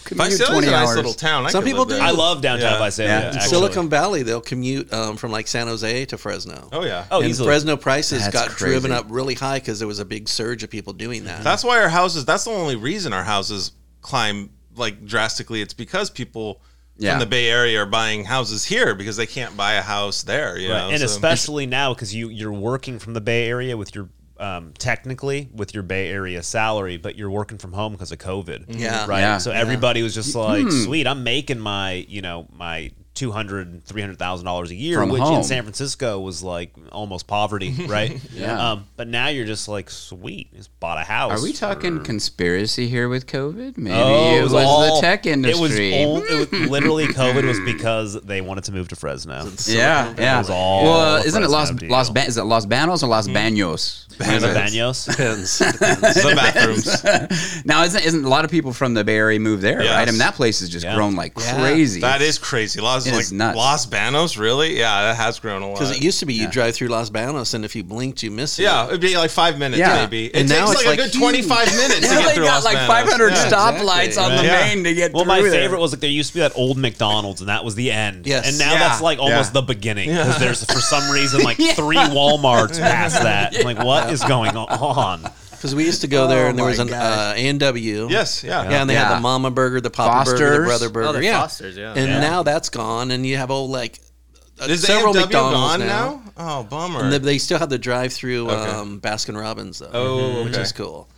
commute Vicelia's a twenty nice hours. little town. I Some could people live do. there. I love downtown Yeah. Visalia. Yeah. actually. Silicon Valley, they'll commute um, from like San Jose to Fresno. Oh yeah. Oh, and easily. Fresno prices That's got driven crazy. up really high because there was a big surge of people doing that. That's why our houses. That's the only reason our houses climb like drastically. It's because people Yeah. from the Bay Area are buying houses here because they can't buy a house there. You Right. know, and so- especially now because you you're working from the Bay Area with your um, technically with your Bay Area salary, but you're working from home because of COVID. Yeah. right. Yeah. hmm. So everybody was just like, "Sweet, I'm making my you know my." Two hundred, three hundred thousand dollars a year, From which in home. San Francisco was like almost poverty, right? Yeah. Um, but now you're just like, sweet, just bought a house. Are we talking conspiracy here with COVID? Maybe Oh, it was, all- the tech industry. It was, all, it was literally COVID was because they wanted to move to Fresno. yeah, yeah. was all well, a isn't it Los Fresno deal. Los ba- is it Los Banos or Los Banos? Is it Banos. Depends. Depends. the bathrooms. now, isn't isn't a lot of people from the Bay Area move there? Yes. Right, I mean that place has just Yeah. grown like Yeah. crazy. that is crazy. Los It like is nuts. Los Banos, really? Yeah, that has grown a lot. Because it used to be you drive through Los Banos and if you blinked, you missed it. yeah, it'd be like five minutes Yeah. maybe. It And takes now like it's a like good huge. twenty-five minutes Now to get they through got Los like Banos. 500 Yeah. stoplights on the Yeah. main to get Well, through my there. favorite was like there used to be that old McDonald's, and that was the end. Yes. And now Yeah. that's like almost Yeah. the beginning because there's for some reason like three WalMarts past that. I'm Like, what is going on? Because we used to go there Oh and there was my an uh, A&W. Yes, yeah. Yeah, and they had Yeah. the Mama Burger, the Papa Burger, the Foster's. Brother Oh, Burger. they're yeah. Fosters, yeah. And Yeah. now that's gone and you have old like uh, Is several AMW McDonald's gone now. now? Oh, bummer. And they, they still have the drive-through Okay. um, Baskin Robbins though, Oh, which okay. is cool.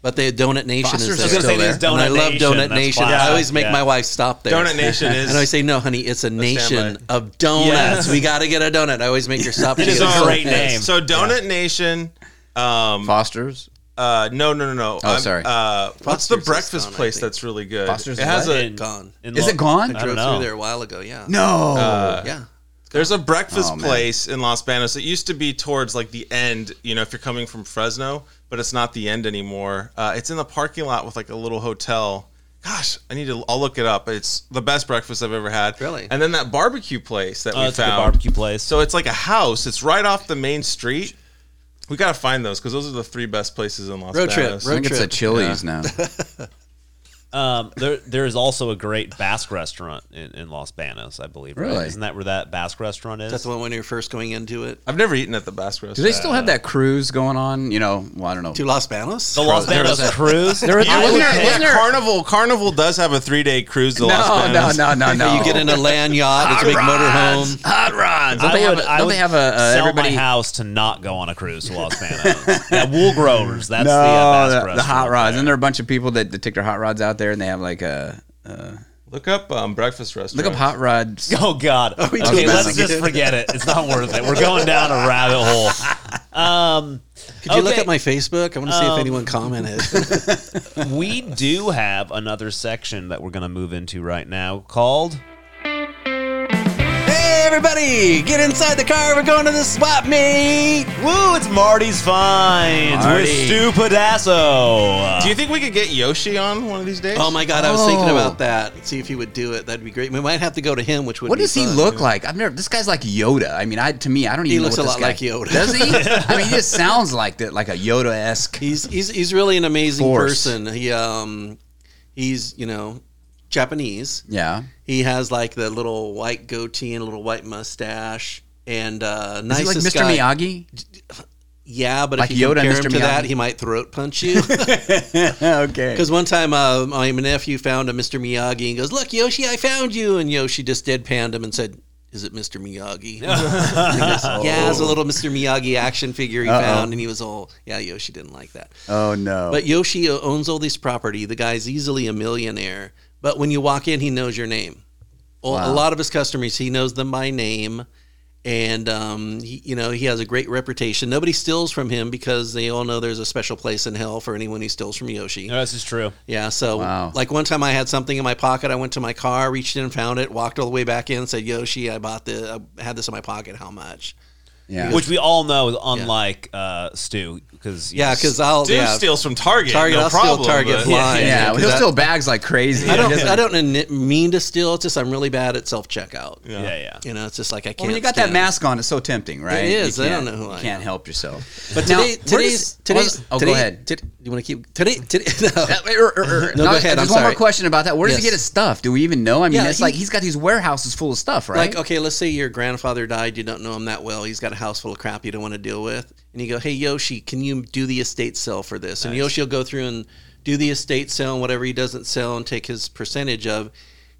But they Donut Nation Foster's is is I was there. still gonna say there. there's And Donut and I love Nation. Donut that's Nation. why- I always make yeah. my wife stop there. Donut Nation is. And I say, no, honey, it's a nation standby. of donuts. Yes. We got to get a donut. I always make her stop. It is a great name. So Donut Nation. Um, Foster's. uh, no, no, no, no. Oh, sorry. Uh, what's the Foster's is breakfast gone, I place think. that's really good? Foster's it is has what? a. In- Gone. in Is Lo- it gone? I Drove don't through know. there a while ago. Yeah. No. Yeah. There's a breakfast Oh, man. place in Los Banos. It used to be towards like the end, you know, if you're coming from Fresno, but it's not the end anymore. Uh, it's in the parking lot with like a little hotel. Gosh, I need to. I'll look it up. It's the best breakfast I've ever had. Really? And then that barbecue place that Oh, we it's a good found. barbecue place. So it's like a house. It's right off the main street. We gotta find those because those are the three best places in Los Road trip, Banos. I road think it's a trip. Chili's now. Um, there, there is also a great Basque restaurant in, in Los Banos, I believe. Right? Really? Isn't that where that Basque restaurant is? That's the one when you're first going into it. I've never eaten at the Basque restaurant. Do they still have that cruise going on? You know, well, I don't know. To Los Banos? the Los There was Banos cruise. there was- I wasn't would there- pick- wasn't there- Carnival Carnival does have a three day cruise to Los no, no, Banos. no, no, no. You get in a land yacht. It's a big motorhome. Hot rods. Don't I they have? would- a- I Don't would they have a? Uh, sell everybody. my house to not go on a cruise to Los Banos? yeah, wool growers. That's no, the, uh, Basque the, the restaurant hot rods. there. And there are a bunch of people that, that take their hot rods out there, and they have like a uh, Look up um, breakfast restaurant. look up hot rods. Oh God. we okay, doing that let's just again? forget it. It's not worth it. We're going down a rabbit hole. Um, Could you look Okay. at my Facebook? I want to see Um, if anyone commented. we do have another section that we're going to move into right now called hey, everybody, get inside the car. We're going to the swap meet. Woo! It's Marty's Finds with Marty. Stu Pedasso. Do you think we could get Yoshi on one of these days? Oh my God, I was thinking Oh. about that. See if he would do it. That'd be great. We might have to go to him, which would. What be does he fun. look like? I've never. This guy's like Yoda. I mean, I to me, I don't even. know looks what a this lot guy- like Yoda. Does he? I mean, he just sounds like that, like a Yoda esque. He's he's he's really an amazing Force. person. He um, he's you know, Japanese. Yeah. He has like the little white goatee and a little white mustache and uh, Is he nicest like Mr. guy. Miyagi? Yeah, but Like if you Yoda and compare Mr. him to that, Miyagi? he might throat punch you. okay. Because one time, uh, my nephew found a Mr. Miyagi and goes, "Look, Yoshi, I found you!" And Yoshi just deadpanned him and said, "Is it Mr. Miyagi?" And he goes, yeah, it was a little Mr. Miyagi action figure he found, and he was all, "Yeah, Yoshi didn't like that." Oh no. But Yoshi uh, owns all this property. The guy's easily a millionaire. But when you walk in, he knows your name. Well, A lot of his customers, he knows them by name, and um, he, you know he has a great reputation. Nobody steals from him because they all know there's a special place in hell for anyone who steals from Yoshi. No, this is true. Yeah. So, Wow. like one time, I had something in my pocket. I went to my car, reached in, found it, walked all the way back in, said, "Yoshi, I bought the, I had this in my pocket. How much?" Yeah. Which we all know is unlike uh, Stu because Yeah, because I'll Dude yeah. steals from Target. Target. no I'll problem, steal Target but- blind. yeah, because he'll I- steal bags like crazy. I don't. Doesn't- I don't n- mean to steal. It's just I'm really bad at self checkout. yeah, yeah. You know, it's just like I can't. Well, when you got that stand- mask on, it's so tempting, right? It You is. I don't can't- know who I You can't help yourself. But Now, today, where today's does- today's. Oh, today- go ahead. Today, you want to keep today? Today. No. Uh, er, er, er, er. No, go I- ahead, Just I'm one more sorry. question about that. Where does he Yes. get his stuff? Do we even know? I mean, Yeah, it's he- like he's got these warehouses full of stuff, right? Like, okay, let's say your grandfather died. You don't know him that well. He's got a house full of crap you don't want to deal with. And you go, hey, Yoshi, can you do the estate sale for this? And Yoshi will go through and do the estate sale and whatever he doesn't sell and take his percentage of,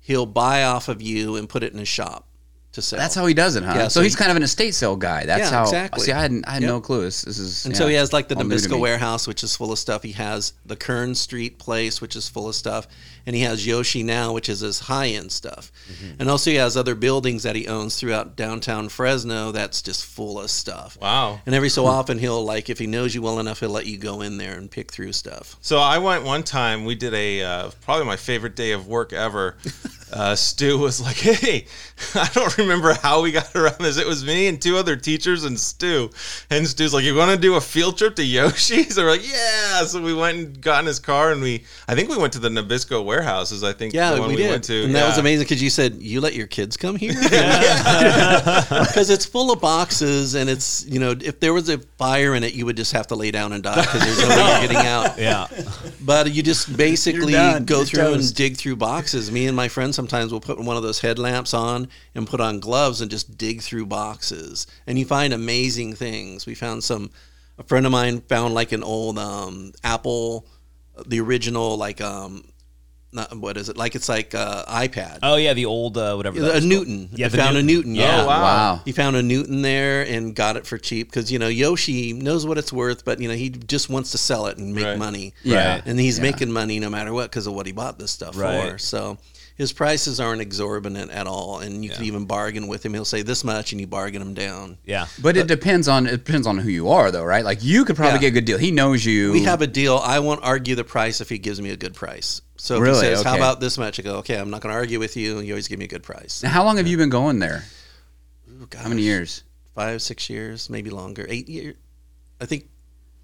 he'll buy off of you and put it in his shop to sell. That's how he does it, huh? Yeah, so so he's he- kind of an estate sale guy. That's Yeah, how. exactly. See, I had I had no Yep. clue. This, this is. And yeah, so he has like the all new to Nabisco me. warehouse, which is full of stuff. He has the Kern Street place, which is full of stuff. And he has Yoshi now, which is his high end stuff. Mm-hmm. And also he has other buildings that he owns throughout downtown Fresno that's just full of stuff. Wow. And every so often he'll like if he knows you well enough, he'll let you go in there and pick through stuff. So I went one time. We did a uh, probably my favorite day of work ever. Uh, Stu was like, "Hey, I don't remember how we got around this. It was me and two other teachers and Stu. And Stu's like, "You want to do a field trip to Yoshi's?" They're like, "Yeah." So we went and got in his car, and we I think we went to the Nabisco warehouses. I think Yeah, the one we, did. went to, and that was Yeah. amazing because you said you let your kids come here because it's full of boxes and it's you know if there was a fire in it, you would just have to lay down and die because there's no way you're getting out. Yeah. But you just basically done. go You're through toast. and dig through boxes. Me and my friend sometimes will put one of those headlamps on and put on gloves and just dig through boxes. And you find amazing things. We found some. A friend of mine found like an old um, Apple, uh, the original like um, not, what is it? Like it's like uh, iPad. Oh yeah, the old uh, whatever. that a was called. Newton. Yeah, Yeah, the found a Newton. Newton. Yeah. Oh, wow. Wow. He found a Newton there and got it for cheap because you know Yoshi knows what it's worth, but you know he just wants to sell it and make Right. money. Yeah. Right. and he's Yeah. making money no matter what because of what he bought this stuff Right. for. So his prices aren't exorbitant at all, and you can even bargain with him. He'll say this much, and you bargain him down. Yeah. But it depends on it depends on who you are, though, right? Like you could probably Yeah. get a good deal. He knows you. We have a deal. I won't argue the price if he gives me a good price. So if Really? he says, "How Okay. about this much?" I go, "Okay, I'm not going to argue with you." You always give me a good price. Now, how long have you been going there? How many Gosh, years? Five, six years, maybe longer. Eight years. I think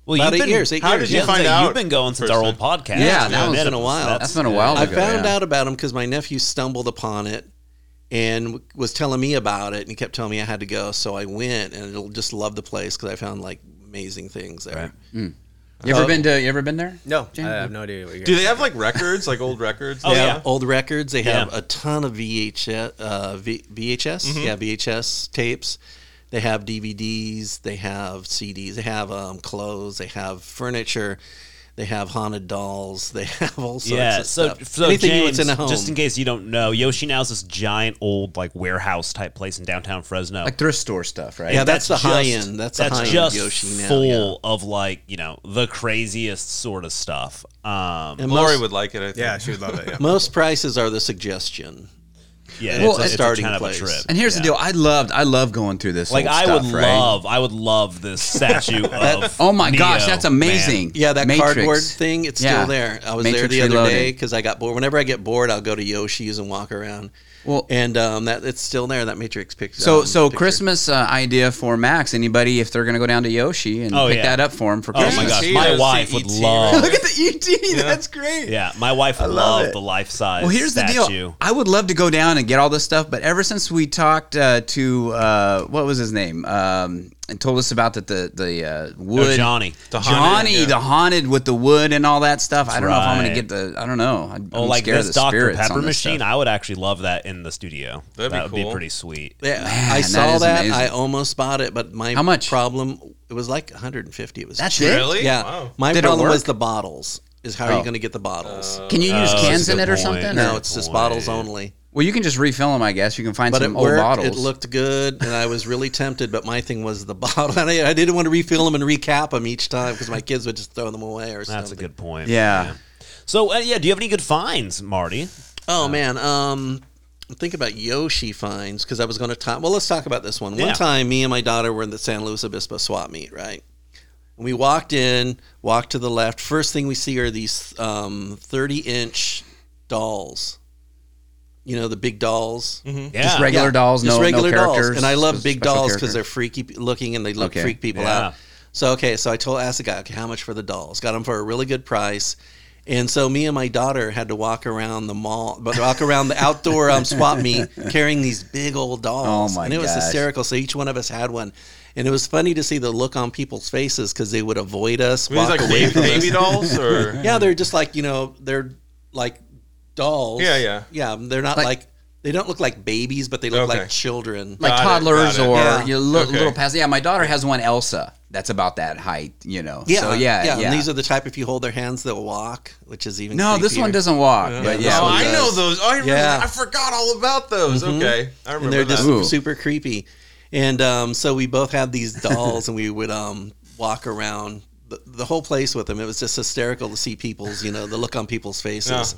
Well, About you've eight been, years, eight how years, Did you yeah. find Find out? You've out been going since our first old podcast. Yeah, that was been a while. That's been a while I ago. found Oh yeah. out about him because my nephew stumbled upon it and w- was telling me about it, and he kept telling me I had to go. So I went, and I just loved the place because I found like amazing things there. You ever been to? You ever been there? No, I have no idea. What you're Do they have like records, like old records? Oh, yeah. Old records, they have Yeah. Mm-hmm. a ton of VHS, uh, v- VHS, yeah, VHS tapes. They have DVDs, they have CDs, they have um, clothes, they have furniture. They have haunted dolls. They have all sorts yeah, of so, stuff. so Anything James, that's in a home. just in case you don't know, Yoshi now is this giant old like warehouse type place in downtown Fresno. Like thrift store stuff, right? Yeah, And that's the high just- end. That's the high end just Yoshi now, full yeah. of like you know the craziest sort of stuff. Um, And Lori most- would like it. I think. yeah, she would love it. Yeah. Most prices are the suggestion. yeah, it's, Well, a, and- it's a starting kind place. of a trip. And here's the Yeah. deal. I loved. I love going through this. Like old I would stuff, right? love, I would love this statue of. uh, Oh my gosh, Neo, that's man. amazing. Yeah, that Matrix. cardboard thing, it's Yeah. still there. I was there Matrix the other Reloaded. day because I got bored. Whenever I get bored, I'll go to Yoshi's and walk around. Well- and um, that it's still there. That Matrix picture. So, um, so picture. Christmas uh, idea for Max. Anybody, if they're going to go down to Yoshi and Oh, pick yeah. that up for him for Oh Christmas. my gosh, ET, my I've wife seen would ET, love. Look at the ET. That's great. Yeah, my wife would love, the life size. Well, here's statue. the deal. I would love to go down and get all this stuff, but ever since we talked uh, to uh, what was his name um, and told us about that the the uh, wood Oh, Johnny. the The Johnny haunted, yeah. the haunted with the wood and all that stuff. I don't know if I'm right. going to get the. I don't know. I'm, Oh, I'm like scared this of the Dr. spirits Pepper on this machine. stuff. I would actually love that in the studio. That'd be That would be cool. pretty sweet. Yeah, I Man, saw that is that. amazing. I almost bought it, but my How much? problem? It was like 150. It was That's cheap. it? Really? Yeah, Wow. my Did it problem was work? the bottles. Is how are Oh. you going to get the bottles? Can you use Oh, cans that's a in good it or point. something? no, or- it's just boy. bottles only. well, you can just refill them, I guess. You can find But it some old worked. bottles. It looked good, and I was really tempted. But my thing was the bottle, and I, I didn't want to refill them and recap them each time because my kids would just throw them away or something. That's a good point. Yeah. So uh, yeah, do you have any good finds, Marty? Oh man, um, think about Yoshi finds because I was going to talk. Well, let's talk about this one. Yeah. One time, me and my daughter were in the San Luis Obispo swap meet, right? And we walked in, walked to the left. First thing we see are these um, thirty-inch dolls. you know, the big dolls. Yeah. Hmm? Just regular dolls, Just no, regular no dolls. characters. And I love just big special dolls because characters. they're freaky p- looking and they look Okay. freak people Yeah. out. So okay, so I told asked the guy, okay, how much for the dolls? Got them for a really good price. And so me and my daughter had to walk around the mall, but walk around the outdoor um, swap meet carrying these big old dolls. Oh, my and it was gosh. hysterical. So each one of us had one. And it was funny to see the look on people's faces because they would avoid us, I mean, walk it's like away baby, from us. baby dolls or Yeah, they're just like you know, they're like dolls. Yeah, yeah. yeah. They're not like, Like- they don't look like babies, but they look Okay. like children. like Got it, toddlers got it. or Yeah. you look, Okay. little past. Yeah, my daughter has one Elsa that's about that height. You know. So, yeah. Yeah. And these are the type if you hold their hands, they'll walk, which is even. no, this creepier. one doesn't walk. But yeah, oh, we- I does. know those. Oh, I, remember, Yeah. I forgot all about those. Mm-hmm. Okay, I remember And they're just that. Ooh. super creepy. And um, so we both had these dolls, and we would um, walk around the, the whole place with them. It was just hysterical to see people's, you know, the look on people's faces.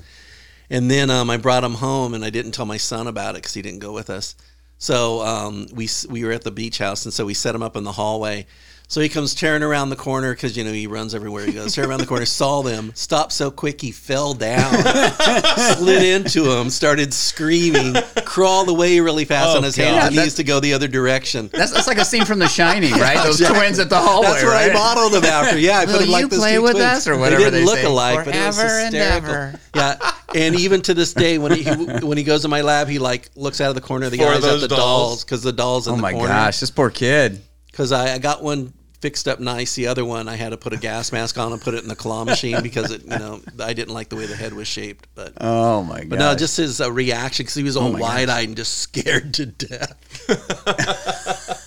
And then um, I brought him home, and I didn't tell my son about it because he didn't go with us. So um, we s- we were at the beach house, and so we set him up in the hallway. So he comes tearing around the corner because you know he runs everywhere he goes. Tearing around the corner, saw them, stopped so quick he fell down, slid into them, started screaming, crawled away really fast on his hands and Yeah, knees to go the other direction. That's, that's like a scene from The Shining, right? Those twins at the hallway. That's what Oh, right? I modeled them after. Yeah, I put Will them like you those play two with twins. us? Or whatever They didn't they look say. alike, but it was Forever and hysterical. ever. Yeah, and even to this day, when he when he goes to my lab, he like looks out of the corner of the For eyes at those the dolls. dolls because the dolls in Oh the my corner. gosh, this poor kid. Because I, I got one fixed up nice, the other one I had to put a gas mask on and put it in the claw machine because it you know I didn't like the way the head was shaped, but. Oh my god. but no, just his uh, reaction because he was all my gosh. wide eyed and just scared to death.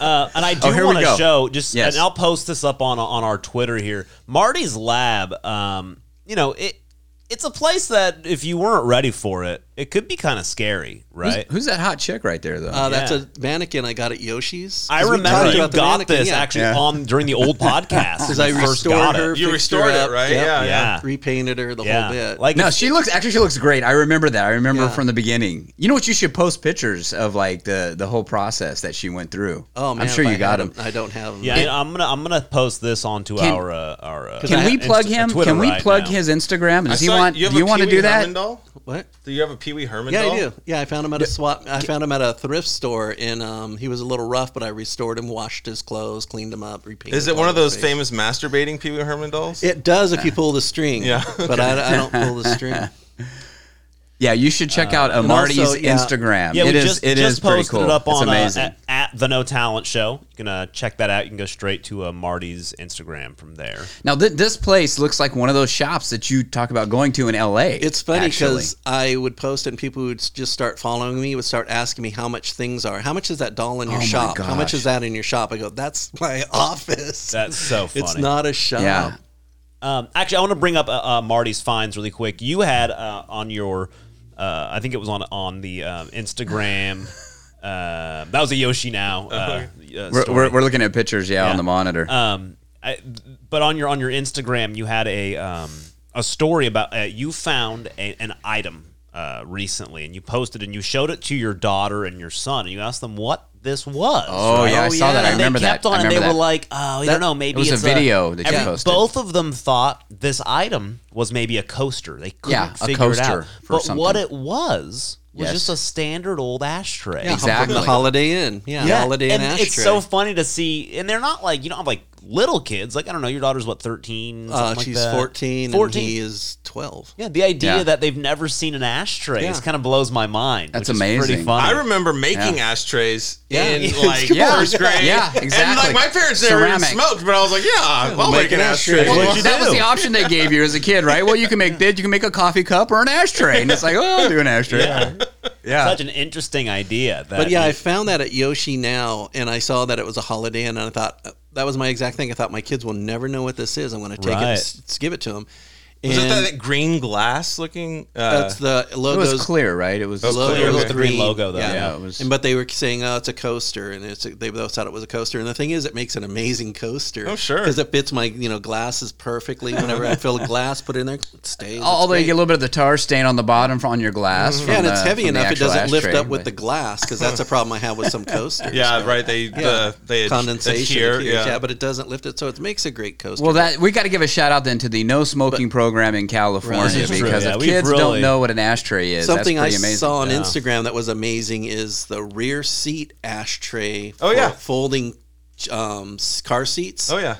Uh, and I do Oh, here we want to go. show just, Yes. and I'll post this up on on our Twitter here. Marty's Lab, um, you know it. It's a place that if you weren't ready for it, it could be kind of scary, who's, right? who's that hot chick right there though? Yeah. Uh, That's a mannequin I got at Yoshi's. 'Cause I we remember talked you about the got mannequin, this yeah. actually Yeah. on during the old podcast Because when I you first restored got her. it. You fixed restored it, her up, right? yep, Yeah, yeah. Repainted her the Yeah, whole bit. like no, she looks actually she looks great. I remember that. I remember Yeah. from the beginning. You know what? You should post pictures of like the the whole process that she went through. oh man, I'm sure if you I got had them. 'em, I don't have. 'em. yeah. and I'm gonna I'm gonna post this onto Can- our uh, our. Uh, Can I we have plug Insta- him? Twitter Can we right plug now. his Instagram? I Does he saw- want? you have do you a want to Pee Wee do that? Herman doll? What? Do you have a Pee Wee Herman Yeah, doll? I do. Yeah, I found him at a swap. I found him at a thrift store, and um, he was a little rough, but I restored him, washed his clothes, cleaned him up, repainted. Is it all one of those his face. famous masturbating Pee Wee Herman dolls? It does if you pull the string. Yeah, but I, I don't pull the string. Yeah, you should check out uh, Marty's also, yeah. Instagram. Yeah, it we is. just, it just is pretty posted cool. it up on it's uh, amazing. at, at the No Talent Show. You can uh, check that out. You can go straight to uh, Marty's Instagram from there. now, th- this place looks like one of those shops that you talk about going to in L.A. It's funny actually. because I would post it, and people would s- just start following me, would start asking me how much things are. How much is that doll in your my shop? How much gosh. is that in your shop? I go, that's my office. That's so funny. It's not a shop. yeah, Um, actually, I want to bring up uh, uh, Marty's finds really quick. You had uh, on your, uh, I think it was on on the um, Instagram. Uh, that was a Yoshi now. Uh, uh, we're, story. we're, we're looking at pictures. Yeah, on the monitor. Uh, um, I, but on your on your Instagram, you had a um, a story about uh, you found a, an item uh, recently, and you posted and you showed it to your daughter and your son, and you asked them what this was. oh right? yeah, I Oh, saw that. yeah. I And remember they kept that. on, I and they remember were that. like, "Oh, I don't know. Maybe was a it's video that you posted. Both of them thought this item was maybe a coaster. They couldn't Yeah, a figure it out. coaster for But what something. it was was Yes. just a standard old ashtray. Yeah, Exactly. From the Holiday Inn. Yeah, Holiday Inn and ashtray. it's so funny to see. And they're not like you don't have like little kids. Like I don't know, your daughter's what thirteen? Uh, something like she's that. 14, and he is 12. yeah, the idea Yeah. that they've never seen an ashtray Yeah. just kind of blows my mind. That's which is pretty amazing. funny. I remember making ashtrays Yeah. in like Yeah. first grade. Yeah, And exactly. like my parents never even Ceramic. smoked, but I was like, yeah, I'll make make an an ashtray. ashtray. Well, you that was do? the option they gave you as a kid, right? Well, you can make did you can make a coffee cup or an ashtray, and it's like, oh, I'll do an ashtray. Yeah, Such an interesting idea. That But yeah, I is- found that at Yoshi now, and I saw that it was a Holiday Inn, and I thought uh, that was my exact thing. I thought my kids will never know what this is. I'm going to take it, and Right. s- s- give it to them. And Was it that, that green glass looking? Uh, that's the it was logo's clear, right? It was logo clear with the green logo, though, yeah, it was- And, but they were saying, "Oh, it's a coaster," and it's a, they both thought it was a coaster. And the thing is, it makes an amazing coaster. Oh, sure. because it fits my you know glasses perfectly. Whenever I fill a glass, put it in there, it stays. Although It's you get a great. Mm-hmm. little bit of the tar stain on the bottom from on your glass. from yeah, and the- it's heavy from the enough; it actual doesn't lift ashtray, up with the but- glass because that's a problem I have with some coasters. yeah, right. They the they ad- condensation adhere, adheres, yeah. but it doesn't lift it, so it makes a great coaster. Well, that we got to give a shout out then to the no smoking program in California Right. This is true, because yeah. if We've kids really- don't know what an ashtray is, Something I that's pretty amazing. saw on Yeah. Instagram that was amazing is the rear seat ashtray. Oh, for yeah. folding um, s- car seats. Oh yeah.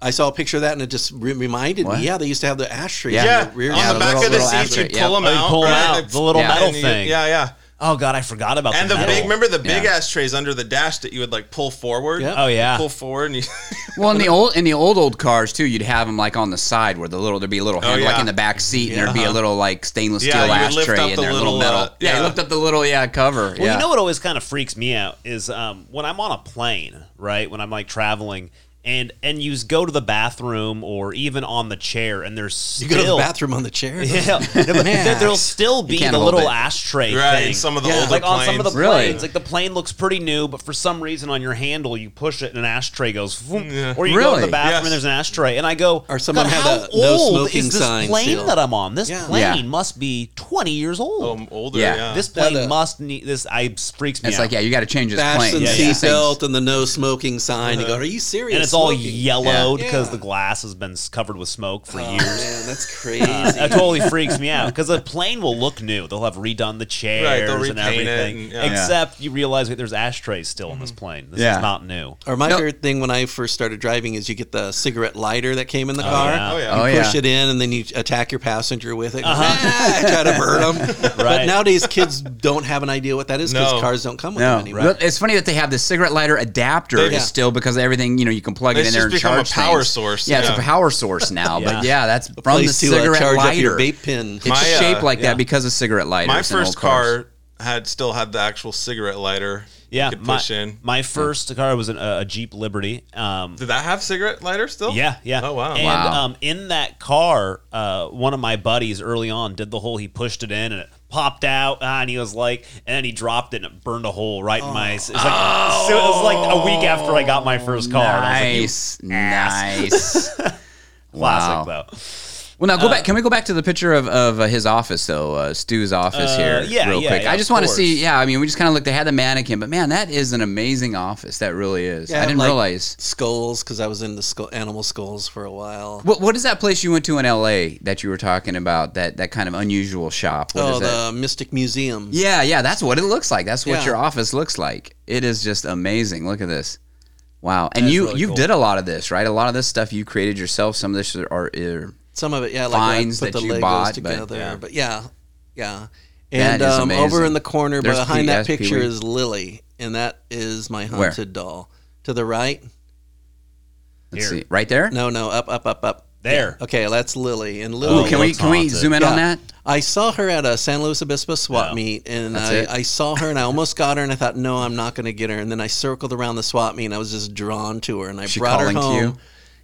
I saw a picture of that and it just re- reminded What? me. Yeah, they used to have the ashtray. Yeah. in Yeah, rear on yeah, the the back little- of the little seats, you ashtray, yeah. pull them Oh, you out. pull 'em right? out, the little Yeah. metal and you- thing. Yeah, yeah. Oh god, I forgot about And the, the metal. big, remember the big Yeah. ashtrays under the dash that you would like pull forward. Yeah. Oh yeah. Pull forward and you. Well, in the old in the old old cars too, you'd have them like on the side where the little there'd be a little handle Oh, yeah. Uh-huh. like in the back seat, and there'd be a little like stainless Yeah, steel you would lift ashtray up in the there, little, little, metal. uh, yeah, yeah. you lift up the little yeah cover. Well, yeah. you know what always kind of freaks me out is um, when I'm on a plane, right? When I'm like traveling, and and you s- go to the bathroom or even on the chair, and there's still You go to the bathroom on the chair. Yeah, no, but there, there'll still be can't the hold little it. ashtray Right, thing. in some of the Yeah. older like on some of the planes. Really? planes, like the plane looks pretty new, but for some reason on your handle you push it and an ashtray goes. Vroom, Or you go to Really? the bathroom Yes. and there's an ashtray, and I go. Or someone "God, had how a no old smoking is this sign plane still." that I'm on? This Yeah. plane Yeah. must be 20 years old. Um, older, yeah. Yeah. this plane That, uh, must need this. I freaks me It's out. like yeah, you got to change this plane. Fasten Yeah, yeah. seatbelt and the no smoking sign. Uh-huh. You go, are you serious? and it's all Smoking? yellowed Yeah. because Yeah. the glass has been s- covered with smoke for Oh, years. man, Uh, that's crazy. That totally freaks me out because a plane will look new. They'll have redone the chairs they'll and repaint it everything. and- yeah. Mm-hmm. Except you realize that there's ashtrays still on this plane. This Yeah. is not new. or my No. favorite thing when I first started driving is you get the cigarette lighter that came in the car. yeah. Oh yeah. Oh yeah. push it in and then you attack your passenger with it. try to burn them. Right. But nowadays, kids don't have an idea what that is because No. cars don't come with No, them anymore. But it's funny that they have the cigarette lighter adapter Yeah. is still because everything you know you can plug it It's in there just and become a charge power things. source, Yeah, it's yeah. a power source now. But Yeah. yeah, that's from the Place to uh, cigarette charge up your lighter. vape pen. It's My, uh, shaped like yeah. that because of cigarette lighters. My in first old cars. car had still had the actual cigarette lighter. Yeah, you could my, push in. my first car was an, a a Jeep Liberty. Um, Did that have cigarette lighter still? yeah, yeah. Oh wow. And Wow. Um, in that car, uh, one of my buddies early on did the whole. He pushed it in and it popped out, ah, and he was like, and then he dropped it and it burned a hole right in my. It's like so it was like a week after I got my first car. and I was like, you Nice, nice. classic Oh, Wow. though. Uh, Well, now go back. Can we go back to the picture of, of uh, his office though, uh, Stu's office Uh, here, yeah, real yeah, quick? yeah, I of just want to course. see. Yeah, I mean, we just kind of looked. They had the mannequin, but man, that is an amazing office. That really is. Yeah, I didn't like realize. Skulls, because I was into skull, animal skulls for a while. What What is that place you went to in L.A. that you were talking about? That that kind of unusual shop. What is oh, that? the Mystic Museum. Yeah, yeah, that's what it looks like. That's what Yeah. your office looks like. It is just amazing. Look at this. Wow. And you really you cool. did a lot of this, right? A lot of this stuff you created yourself. Some of this are, are Some of it, yeah, like where I Finds put that the you Legos bought, but- together. But yeah, yeah. yeah. And That is um, over amazing. in the corner There's behind Pete- that that's Pee picture Wee. is Lily, and that is my Where? haunted doll. To the right? let's Here. see, right there. No, no, up, up, up, up. There. Okay, that's Lily. And Lily. Ooh, Oh, can we looks can we haunted. zoom in on Yeah. that? I saw her at a San Luis Obispo swap Yeah. meet, and That's I, it. I saw her, and I almost got her, and I thought, no, I'm not going to get her. And then I circled around the swap meet, and I was just drawn to her, and I She brought her calling to home. you?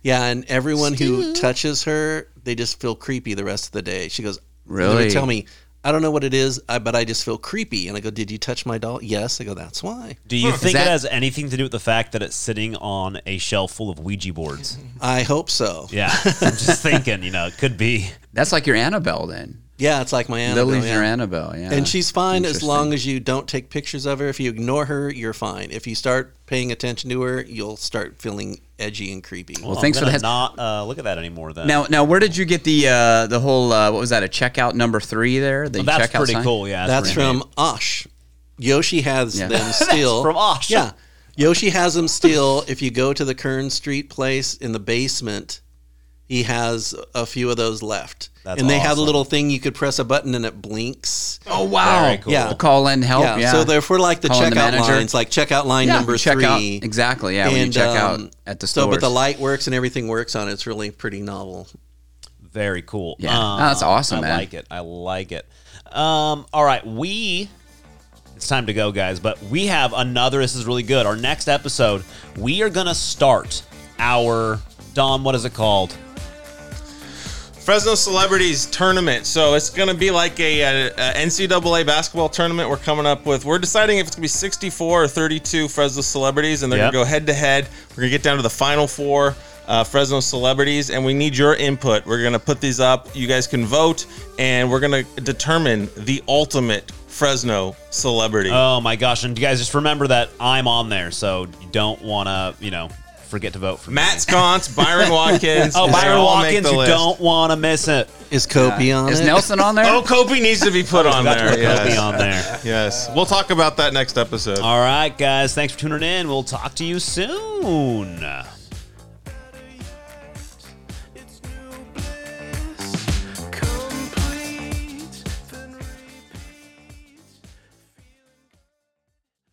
Yeah, and everyone who touches her, they just feel creepy the rest of the day. She goes, Really? Tell me, I don't know what it is, I, but I just feel creepy. And I go, did you touch my doll? Yes. I go, that's why. Do you think that- it has anything to do with the fact that it's sitting on a shelf full of Ouija boards? Mm-hmm. I hope so. Yeah, Yeah, I'm just thinking. You know, it could be. That's like your Annabelle then. it's like my Annabelle. Lily's yeah. your Annabelle. Yeah. And she's fine as Interesting. long as you don't take pictures of her. If you ignore her, you're fine. If you start paying attention to her, you'll start feeling edgy and creepy. Well, thanks I'm for gonna that. Not uh, look at that anymore. Then Now, now, where did you get the uh, the whole uh, what was that a checkout number three there? The that's checkout pretty sign? cool. Yeah, That's pretty from neat. Osh. Yoshi has Yeah. them still. from Osh. Yeah. Yoshi has them still. If you go to the Kern Street place in the basement, he has a few of those left. That's and they have a awesome. little thing you could press a button and it blinks. Oh wow. Very cool. Yeah. The call in help. yeah. Oh, Yeah. So they're for like the Calling the checkout manager. lines, like checkout line Yeah, number check three. out- exactly. Yeah. when you check out um, at the store. so, but the light works and everything works on it. It's really pretty novel. Very cool. Um, Yeah. No, uh, that's awesome, I man. like it. I like it. Um, all right, we. It's time to go, guys. But we have another. This is really good. Our next episode, we are gonna start our Dom. What is it called? Fresno Celebrities Tournament. So it's going to be like a, a, a NCAA basketball tournament. We're coming up with. We're deciding if it's going to be 64 or 32 Fresno celebrities, and they're Yep. going to go head to head. We're going to get down to the final four uh, Fresno celebrities, and we need your input. We're going to put these up. You guys can vote, and we're going to determine the ultimate Fresno celebrity. Uh, Oh my gosh! And you guys just remember that I'm on there, so you don't want to, you know, forget to vote for me. Matt Sconce, Byron Watkins. Oh, They Byron all make Watkins, the you list. don't want to miss it. Is Kobe on Is it? Nelson on there? Oh, Kobe needs to be put on About to there. put Kobe Yes. on there. yes, we'll talk about that next episode. All right, guys. Thanks for tuning in. We'll talk to you soon.